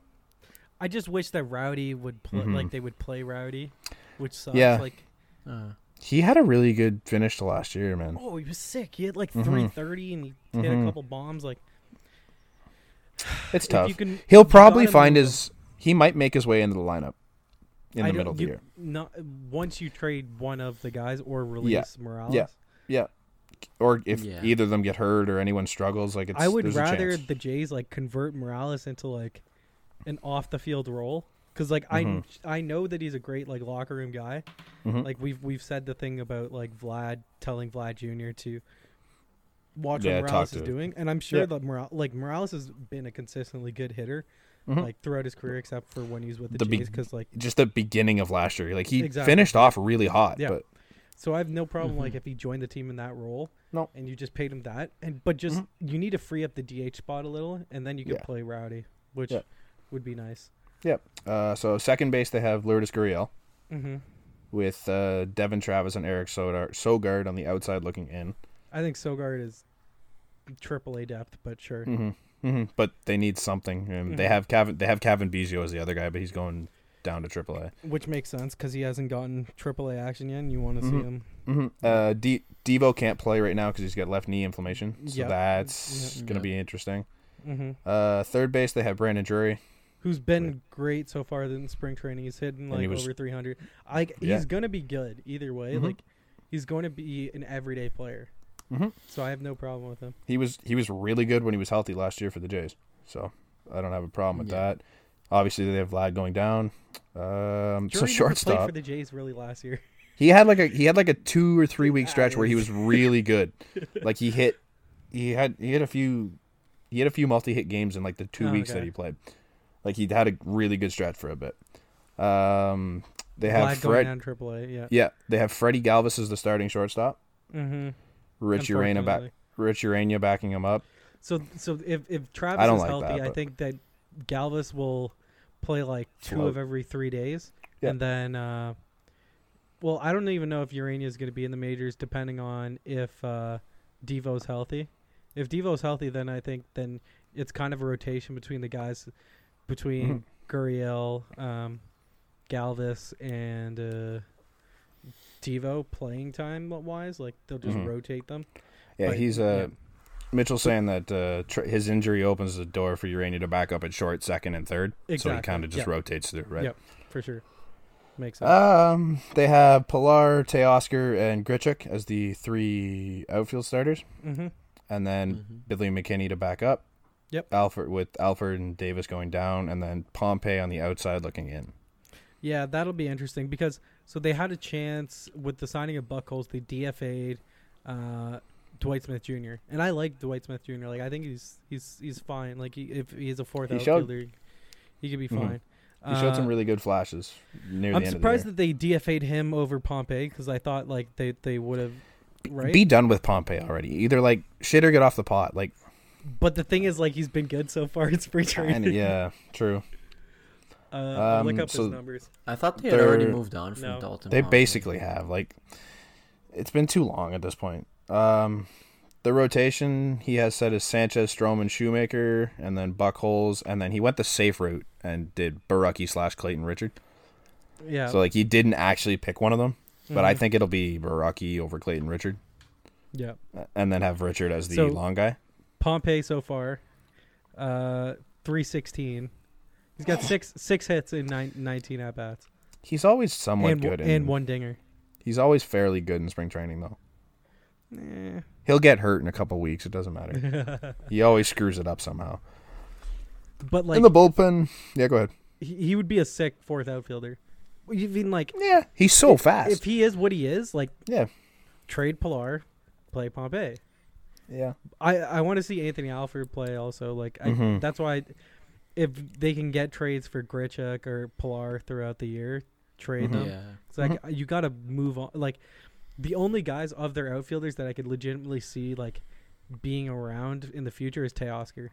I just wish that Rowdy would play like they would play Rowdy, which sucks.
Mm-hmm. Yeah.
Like
Uh,
He had a really good finish to last year, man.
oh, he was sick. He had
Mm-hmm.
like 330 and he hit a couple bombs. Like
It's
Oh, If
tough.
you can-
He'll
you
probably
gotta
find
move
his. He might make his way into the lineup in
I don't-
the middle of the
you-
year.
Not once you trade one of the guys or release Morales.
Yeah. Yeah. Or if
Yeah.
either of them get hurt or anyone struggles, like it's.
I would
there's a
rather
chance.
the Jays like convert Morales into like an off the field role because like
Mm-hmm.
I I know that he's a great like locker room guy. Like we've we've said the thing about like Vlad telling Vlad Jr. to watch
Yeah,
what
talk
Morales
to
is
it.
doing, and I'm sure
Yeah.
that Morales like Morales has been a consistently good hitter. Like throughout his career, except for when he was with the,
Mm-hmm. The be-
Jays, because like
Just the beginning of last year, like he
Exactly.
finished off really hot,
Yeah.
but
So I have no problem like if he joined the team in that role.
Mm-hmm. No. Mm-hmm.
And you just paid him that, and but just you need to free up the DH spot a little, and then you can
Yeah.
play Rowdy, which
Yeah.
would be nice.
yeah. Uh, so second base they have Lourdes Gurriel
Mhm.
with uh, Devin Travis and Eric Sodar- Sogard on the outside looking in,
I think Sogard is triple A depth, but sure.
hmm but they need something. And
Mm-hmm.
They have Kevin. They have Kevin Biggio as the other guy, but he's going down to AAA.
Which makes sense because he hasn't gotten triple A action yet, and you want to see him.
hmm Uh, De- Devo can't play right now because he's got left knee inflammation, so
Yep.
that's
Yep.
gonna
Yep.
be interesting.
hmm
Uh, third base they have Brandon Drury.
Who's been great so far in spring training. He's hitting
he
like
was-
over 300. Like
Yeah. Mm-hmm.
he's gonna be good either way. Like he's going to be an everyday player.
Mhm.
So I have no problem with him.
He was he was really good when he was healthy last year for the Jays, so I don't have a problem with
Yeah.
that. Obviously they have Vlad going down. Um, so
Drury never played
shortstop.
for the Jays really last year.
He had like a he had like a two or three week stretch where he was really good. like he hit, he had he had a few, he had a few multi hit games in like the two
Oh,
weeks that
okay.
he played. Like he had a really good stretch for a bit. Um, they have
Vlad
Fred.
going down Triple A. Yeah.
Yeah, they have Freddie Galvis as the starting shortstop.
Mm-hmm.
Rich Urania back.
Unfortunately.
Rich Urania backing him up.
So so if if Travis
I don't
is
like
healthy,
that,
I
but-
think that Galvis will play like two
Float.
of every three days,
Yeah.
and then. Uh, well, I don't even know if Urania is going to be in the majors, depending on if uh, Devo's healthy. If Devo's healthy, then I think then it's kind of a rotation between the guys, between
Mm-hmm.
Gurriel, um, Galvis, and uh, Devo playing time wise. Like they'll just
Mhm.
rotate them.
Yeah,
But-
he's uh, Mitchell saying that uh, tr- his injury opens the door for Urania to back up at short, second, and third. So he
Exactly,
kind of just
yeah.
rotates through, right?
Yep, for sure. Makes sense.
Um, they have Pilar, Teoscar, and Grichuk as the three outfield starters,
mm-hmm.
and then
mm-hmm.
Billy McKinney to back up.
Yep.
Alfred with Alfred and Davis going down, and then Pompey on the outside looking in.
Yeah, that'll be interesting because so they had a chance with the signing of Buckholz, they DFA'd uh, Dwight Smith Jr. and I like Dwight Smith Jr. Like I think he's he's he's fine. Like he, if he's a fourth
He showed-
outfielder, he could be
Mhm.
fine.
He showed some
Uh,
really good flashes near
I'm
the end
surprised
of
that they DFA'd him over Pompey because I thought like they they would have
the year.
right.
Be done with Pompey already. Either like shit or get off the pot. Like,
but the thing is like he's been good so far in spring training.
kinda- yeah, true.
Uh, I'll look
Um,
up
so-
his numbers.
I thought they had already
They're-
moved on from
No.
Dalton.
They
Pompey.
basically have like it's been too long at this point. Um, the rotation he has said is Sanchez, Stroman, Shoemaker, and then Buckholes, and then he went the safe route and did Barucki slash Clayton Richard.
Yeah. Mm-hmm.
So like he didn't actually pick one of them, but I think it'll be Barucki over Clayton Richard, uh,
yeah.
and then have Richard as the
So-
long guy.
Pompey so far. Uh, 316. He's got six six hits in nine, 19 at bats
He's always somewhat
and,
good.
w-
In,
and one dinger.
He's always fairly good in spring training, though.
Eh.
He'll get hurt in a couple weeks. It doesn't matter. he always screws it up somehow.
But like
in the bullpen, yeah, go ahead.
he, he would be a sick fourth outfielder. You mean like
Yeah, he's so fast.
if he is what he is, like
yeah,
trade Pilar, play Pompey.
yeah.
I I want to see Anthony Alford play also. Like I,
Mhm.
that's why if they can get trades for Grichuk or Pilar throughout the year,
Mm-hmm.
trade them.
Yeah.
It's like uh, you got to move on. Like the only guys of their outfielders that I could legitimately see like being around in the future is Teoscar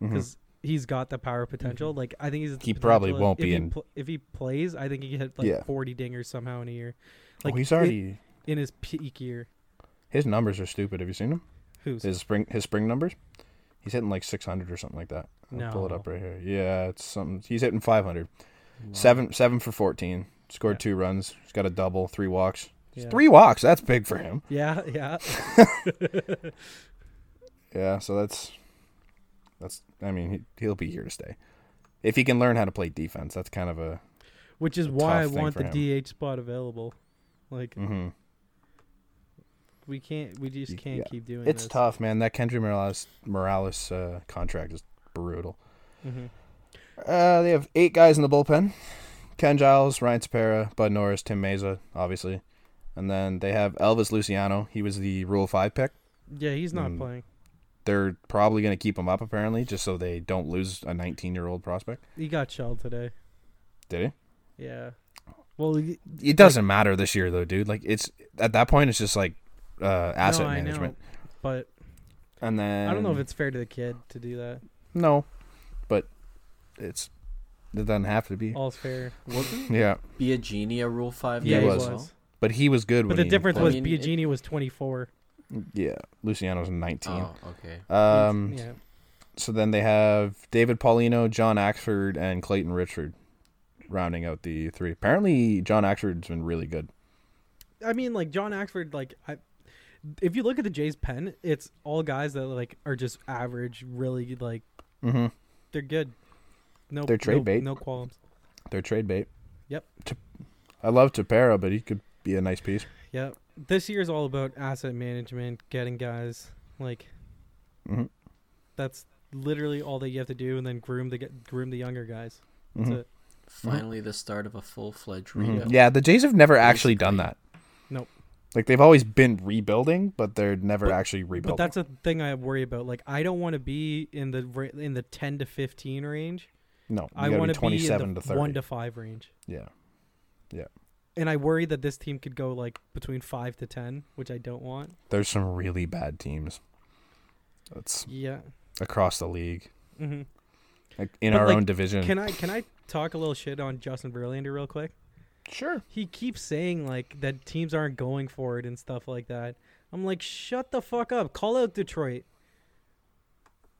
because he's got the power potential. Like I think he's
Mm-hmm. He probably
potential-
won't
if
be
he
in-
pl- if he plays. I think he can hit like
Yeah.
forty dingers somehow in a year. Like
Like he's
i-
already
in his peak year.
his numbers are stupid. Have you seen him?
Who's
His spring his spring numbers. He's hitting like 600 or something like that. I'll pull it
No.
up right here. Yeah, it's something. He's hitting 500. Seven seven for 14. Scored two runs. He's got a double, three walks.
Yeah.
Three walks. That's big for him.
Yeah, yeah.
Yeah, so that's that's. I mean, he, he'll be here to stay. If he can learn how to play defense, that's kind of a.
Which is
a
why
tough
I
thing
want
for
the
him.
DH spot available. Like
Mm-hmm.
we can't, we just
You-
can't
yeah.
keep doing.
It's
this.
tough, man. That Kendry Morales Morales uh, contract is brutal.
Mhm.
Uh, they have eight guys in the bullpen: Ken Giles, Ryan Tapera, Bud Norris, Tim Mesa, obviously, and then they have Elvis Luciano. He was the Rule Five pick.
Yeah, he's not
Mm.
playing.
They're probably going to keep him up apparently, just so they don't lose a 19-year-old prospect.
He got shelled today.
Did
Yeah. Well, y-
he? It doesn't matter this year though, dude. Like it's at that point, it's just like uh, asset
no, I
management.
know, but
And then
I don't know if it's fair to the kid to do that.
no, but it's it doesn't have to be.
All's fair.
Wasn't
Yeah,
Be a Genie a Rule 5
Yeah,
he
he
guy
was.
as well?
but he was good.
But
when
the
he
difference
played.
was
I mean, it-
Biagini was 24.
yeah, Luciano's nineteen.
Oh, okay.
um,
yeah.
so then they have David Paulino, John Axford, and Clayton Richard rounding out the three. Apparently, John Axford's been really good.
I mean, like John Axford, like I, if you look at the Jays pen, it's all guys that like are just average, really like
Mm-hmm.
they're good. No,
They're trade
no,
bait.
No qualms.
They're trade bait.
Yep.
T- I love Tapera, but he could be a nice piece.
Yeah, this year's all about asset management, getting guys like
Mhm.
that's literally all that you have to do, and then groom the get- groom the younger guys. That's
Mhm.
it. Mm-hmm.
Finally, the start of a full fledged
Mhm.
rebuild.
Yeah, the Jays have never actually done that.
Nope.
Like they've always been rebuilding, but they're never
But-
actually
But
rebuilding.
that's a thing I worry about. Like I don't want to be in the ra- in the ten to fifteen range.
no.
I
want
want
be
to be
twenty-seven
in the
to thirty.
one to five range.
yeah.
And I worry that this team could go like between five to ten, which I don't want.
There's some really bad teams. That's
Yeah.
across the league,
hmm
Mm. like in
But,
our
like,
own division.
Can I can I talk a little shit on Justin Verlander real quick?
sure.
he keeps saying like that teams aren't going for it and stuff like that. I'm like, shut the fuck up. Call out Detroit.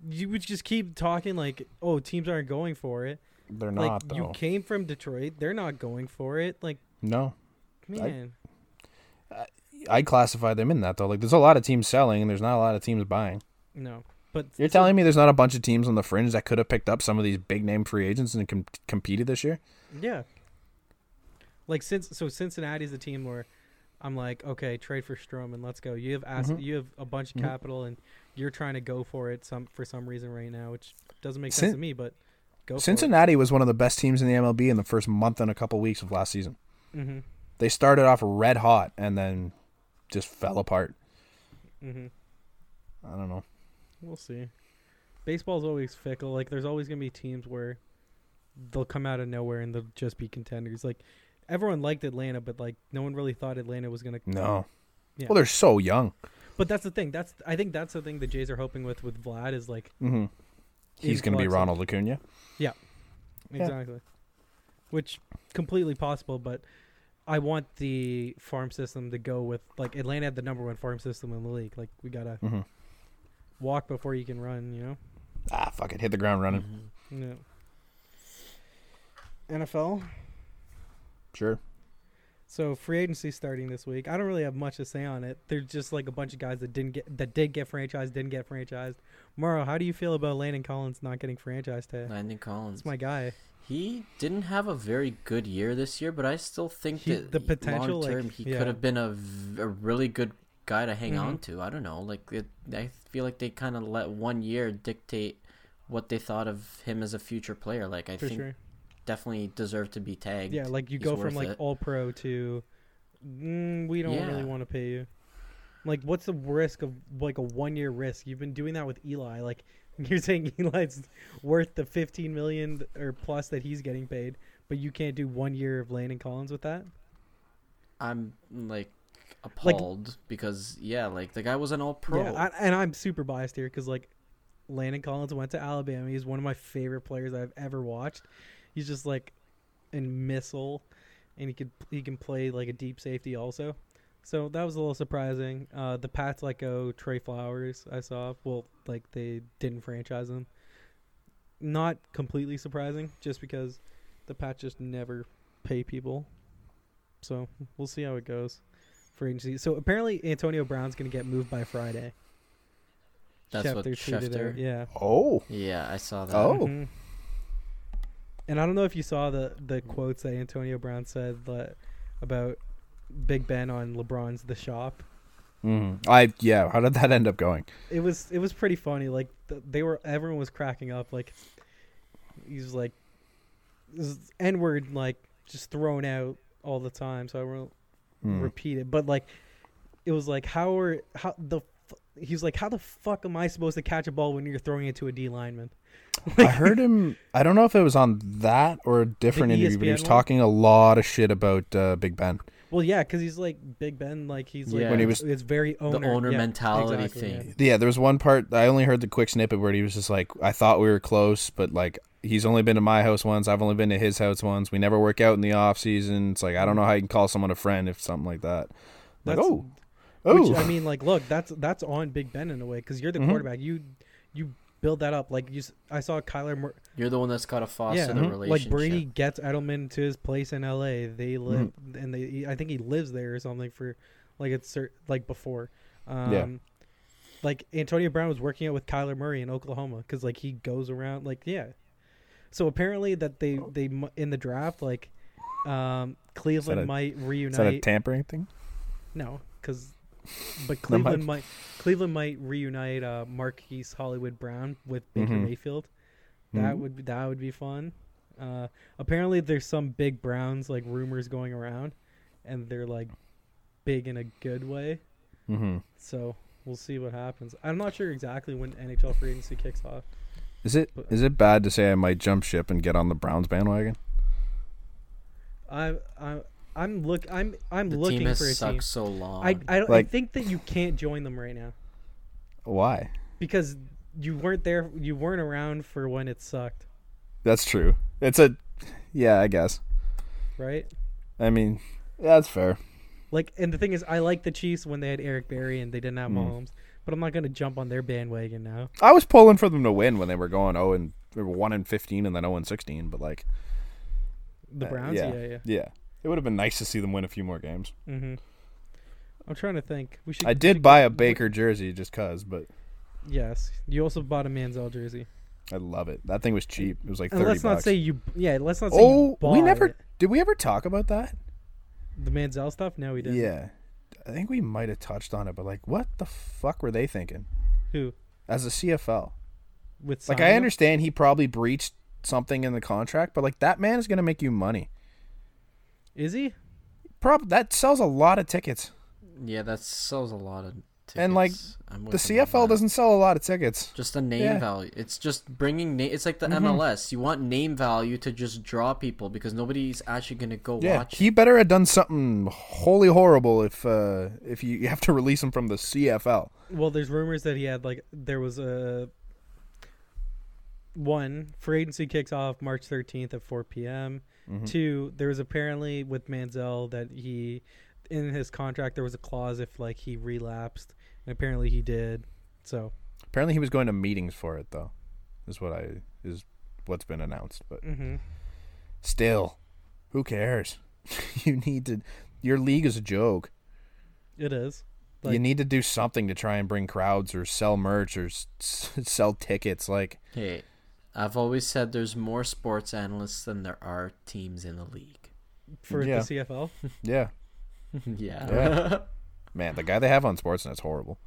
You would just keep talking like, oh, teams aren't going for it.
They're not
like
though.
you came from Detroit, they're not going for it. Like,
no.
man,
I classify them in that though. Like there's a lot of teams selling and there's not a lot of teams buying.
no. But
You're telling me there's not a bunch of teams on the fringe that could have picked up some of these big name free agents and com- competed this year?
yeah. Like since so Cincinnati's a team where I'm like, okay, trade for Stroman, let's go. You have ass-
Mm-hmm.
you have a bunch of capital and you're trying to go for it some for some reason right now, which doesn't make sense
Cin-
to me, but go for it.
Cincinnati was one of the best teams in the MLB in the first month and a couple weeks of last season.
Mhm.
They started off red hot and then just fell apart.
Mm-hmm.
I don't know.
We'll see. Baseball's always fickle. Like, there's always gonna be teams where they'll come out of nowhere and they'll just be contenders. Like, everyone liked Atlanta, but like, no one really thought Atlanta was gonna.
No.
Yeah.
Well, they're so young.
But that's the thing. That's I think that's the thing the Jays are hoping with with Vlad is like
Mm-hmm. He's going to be
influx of-
Ronald Acuna. Yeah.
exactly, which completely possible. But I want the farm system to go with like Atlanta had the number one farm system in the league. Like, we gotta
Mhm.
walk before you can run. You know.
Ah, fuck it. Hit the ground
Mm-hmm.
running.
Mm-hmm.
No. NFL.
Sure.
So free agency starting this week. I don't really have much to say on it. There's just like a bunch of guys that didn't get that did get franchised, didn't get franchised. Morrow, how do you feel about Landon Collins not getting franchised today?
Landon Collins.
That's my guy.
He didn't have a very good year this year, but I still think
He-
that
the potential,
long
like,
term he
yeah. Mm-hmm.
could have been a, v- a really good guy to hang on to. I don't know. Like it, I feel like they kind of let one year dictate what they thought of him as a future player. Like I
For
think
sure.
definitely deserved to be tagged.
Yeah, like you
He's
go from
worth
like
it.
all pro to mm, we don't
Yeah.
really want to pay you. Like, what's the risk of like a one year risk? You've been doing that with Eli. Like, you're saying Eli's worth the 15 million or plus that he's getting paid, but you can't do one year of Landon Collins with that.
I'm like appalled because yeah, like the guy was an all pro.
Yeah, I, and I'm super biased here because like Landon Collins went to Alabama. He's one of my favorite players I've ever watched. He's just like a missile, and he could he can play like a deep safety also. So that was a little surprising. Uh, the Pats let go Trey Flowers. I saw well like they didn't franchise him. Not completely surprising, just because the Pats just never pay people. So we'll see how it goes for agency. So apparently Antonio Brown's going to get moved by Friday.
That's what
tweeted
Schefter-
out, Yeah.
Oh,
Yeah, I saw that.
Oh.
Mhm. And I don't know if you saw the the quotes that Antonio Brown said that, about Big Ben on LeBron's The Shop.
Mhm. I yeah. How did that end up going?
It was it was pretty funny. Like th- they were everyone was cracking up. Like he was like N word like just thrown out all the time. So I won't
Hmm.
repeat it. But like it was like how are how the f- he's like how the fuck am I supposed to catch a ball when you're throwing it to a D lineman?
I heard him. I don't know if it was on that or a different
The E
interview, but he was
ESPN one?
talking a lot of shit about uh, Big Ben.
Well, yeah, because he's like Big Ben, like he's like
Yeah. When
he was-
it's very owner,
owner
yeah,
mentality
exactly,
thing.
yeah.
Yeah, there was one part I only heard the quick snippet where he was just like, "I thought we were close, but like he's only been to my house once. I've only been to his house once. We never work out in the off season. It's like I don't know how you can call someone a friend if something like that." Like,
That's-
oh,
Which,
oh,
I mean, like, look, that's that's on Big Ben in a way because you're
Mm-hmm.
the quarterback. You you build that up. Like you, s- I saw Kyler. Mur-
You're the one that's got to foster
yeah, mm-hmm.
the
like
relationship.
Brady gets Edelman to his place in L.A.
Mm-hmm.
They live, and they I think he lives there or something for, like it's cer- like before. Um,
Yeah.
Like Antonio Brown was working out with Kyler Murray in Oklahoma because like he goes around like yeah. So apparently that they
Oh.
they mu- in the draft like, um, Cleveland
a-
might
is that
reunite.
a tampering thing?
No, because but
That might-
Cleveland might Cleveland might reunite uh, Marquise Hollywood Brown with Baker
Mhm.
Mayfield. That would be, that would be fun. Uh, apparently, there's some big Browns like rumors going around, and they're like big in a good way.
Mm-hmm.
So we'll see what happens. I'm not sure exactly when NHL free agency kicks off.
Is it is it bad to say I might jump ship and get on the Browns bandwagon?
I I I'm look I'm I'm
the
looking
team has
for a
sucked
team.
so long.
I I, don't I
Like-
think that you can't join them right now.
Why?
because you weren't there you weren't around for when it sucked
That's true. It's a yeah, I guess.
right
I mean, that's fair.
like and the thing is i like the chiefs when they had eric berry and they didn't
Mm.
have mahomes but i'm not going to jump on their bandwagon now
I was pulling for them to win when they were going 0 and they were 1 and 15 and then 0 and 16, but like
the
uh,
browns yeah yeah,
It would have been nice to see them win a few more games.
hmm i'm trying to think we should
I did buy a Baker jersey just cuz, but
yes you also bought a manziel jersey
I love it. That thing was cheap. It was like 30
and let's not
bucks.
say you yeah let's not say you
oh,
bought
we never
it.
did we ever talk about that?
the manziel stuff no we didn't
Yeah. I think we might have touched on it, but like what the fuck were they thinking
who
as a CFL?
with
Like
signing
I
him?
understand he probably breached something in the contract, but like that man is going to make you money.
is he
Prob that sells a lot of tickets.
yeah, that sells a lot of tickets.
And, like,
I'm
The
with them on
CFL
that.
doesn't sell a lot of tickets.
Just the name
Yeah. Mm-hmm.
value. It's just bringing name. It's like the MLS. You want name value to just draw people because nobody's actually gonna go
Yeah,
watch.
he
it.
better have done something wholly horrible if uh, if you, you have to release him from the CFL.
Well, there's rumors that he had like there was a one free agency kicks off March 13th at 4 p.m. Two, there was apparently with Manziel that he in his contract there was a clause if like he relapsed, and apparently he did. So
Apparently, he was going to meetings for it though, is what I is what's been
mm-hmm.
announced. But
mhm.
still, who cares? you need to your league is a joke.
It is.
you
Like-
need to do something to try and bring crowds or sell merch or s- s- sell tickets. Like
Hey, I've always said there's more sports analysts than there are teams in the league.
for
Yeah.
the CFL.
yeah,
yeah.
Yeah. man, the guy they have on Sportsnet's horrible.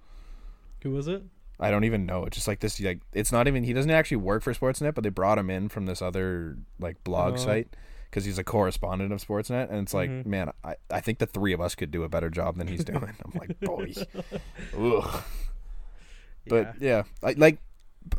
Who was it?
I don't even know. It's just like this. Like it's not even. He doesn't actually work for Sportsnet, but they brought him in from this other like blog
Oh.
site because he's a correspondent of Sportsnet. And it's like, man, I, I think the three of us could do a better job than he's doing. I'm like, boy, ugh. But yeah, I, like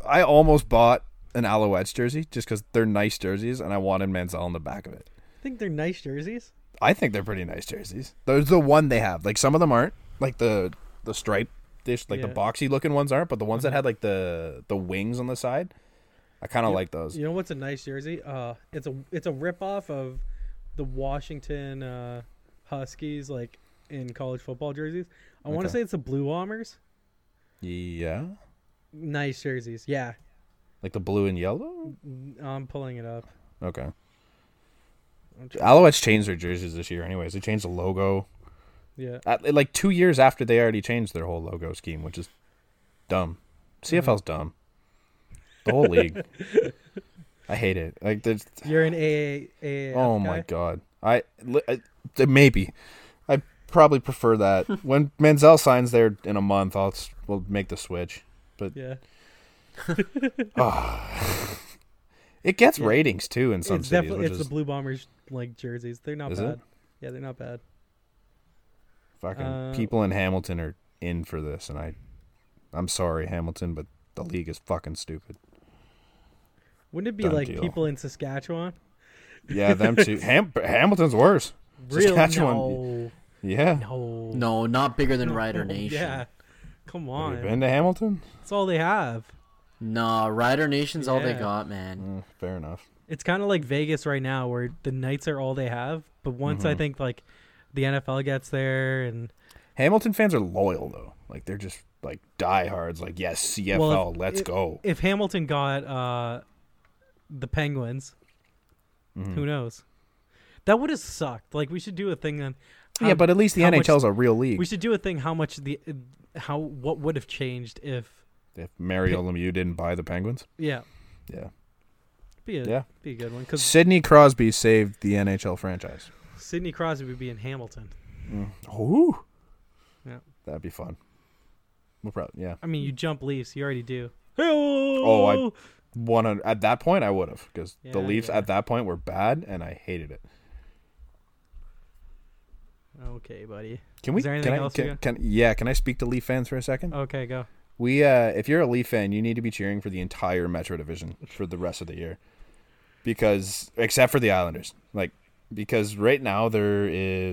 I almost bought an Alouettes jersey just because they're nice jerseys, and I wanted Manziel on the back of it.
I think they're nice jerseys.
I think they're pretty nice jerseys. There's the one they have. Like some of them aren't. Like the the stripe dish, like
Yeah.
the boxy looking ones aren't, but the ones that had like the the wings on the side, I kind of like those.
You know what's a nice jersey? Uh, it's a it's a ripoff of the Washington uh, Huskies, like in college football jerseys. I want to
Okay.
say it's the Blue Bombers.
Yeah,
Nice jerseys. Yeah,
like the blue and yellow.
I'm pulling it up.
Okay. Alouettes changed their jerseys this year, anyways. They changed the logo
Yeah,
Uh, like two years after they already changed their whole logo scheme, which is dumb. CFL's dumb. The whole league. I hate it. Like there's
you're an AA.
Oh my god! I, li- I th- maybe I probably prefer that. when Manziel signs there in a month, I'll s- we'll make the switch. But
Yeah,
it gets ratings too in some
it's
cities,
definitely
which
it's
is
the Blue Bombers like jerseys. They're not
Is it?
bad. Yeah, they're not bad.
fucking
uh,
people in Hamilton are in for this, and I, I'm sorry Hamilton, but the league is fucking stupid.
Wouldn't it be
Done
like
deal.
people in Saskatchewan?
Yeah, them too. Ham- Hamilton's worse.
Real
Saskatchewan.
No,
Yeah.
no,
No, not bigger than Rider Nation.
Yeah, come
Have you
on.
been to Hamilton?
That's all they have.
Nah, Rider Nation's all they
Yeah.
got, man.
Mm, fair enough.
It's kind of like Vegas right now, where the Knights are all they have. But once I think like the NFL gets there, and
Hamilton fans are loyal though. Like they're just like diehards. Like yes, CFL,
Well, if-
let's
if-
go.
if Hamilton got uh, the Penguins, who knows? That would have sucked. Like we should do a thing on. how-
yeah, but at least the
how much-
NHL's a real league.
we should do a thing. How much the how what would have changed if
If Mario Lemieux didn't buy the Penguins,
yeah
yeah.
be a
Yeah.
be a good one because
Sidney Crosby saved the NHL franchise.
Sidney Crosby would be in Hamilton.
Ooh,
Yeah.
that'd be fun. We'll probably yeah.
I mean, you jump Leafs, you already do.
Oh, I-
Oh,
One hundred at that point, I would have because the
Yeah,
Leafs
yeah.
at that point were bad, and I hated it.
okay, buddy.
Can we?
Is there
can
anything
I?
else you
can, can- yeah? Can I speak to Leaf fans for a second?
Okay, go.
We, uh, if you're a Leaf fan, you need to be cheering for the entire Metro Division for the rest of the year, because except for the Islanders, like because right now there is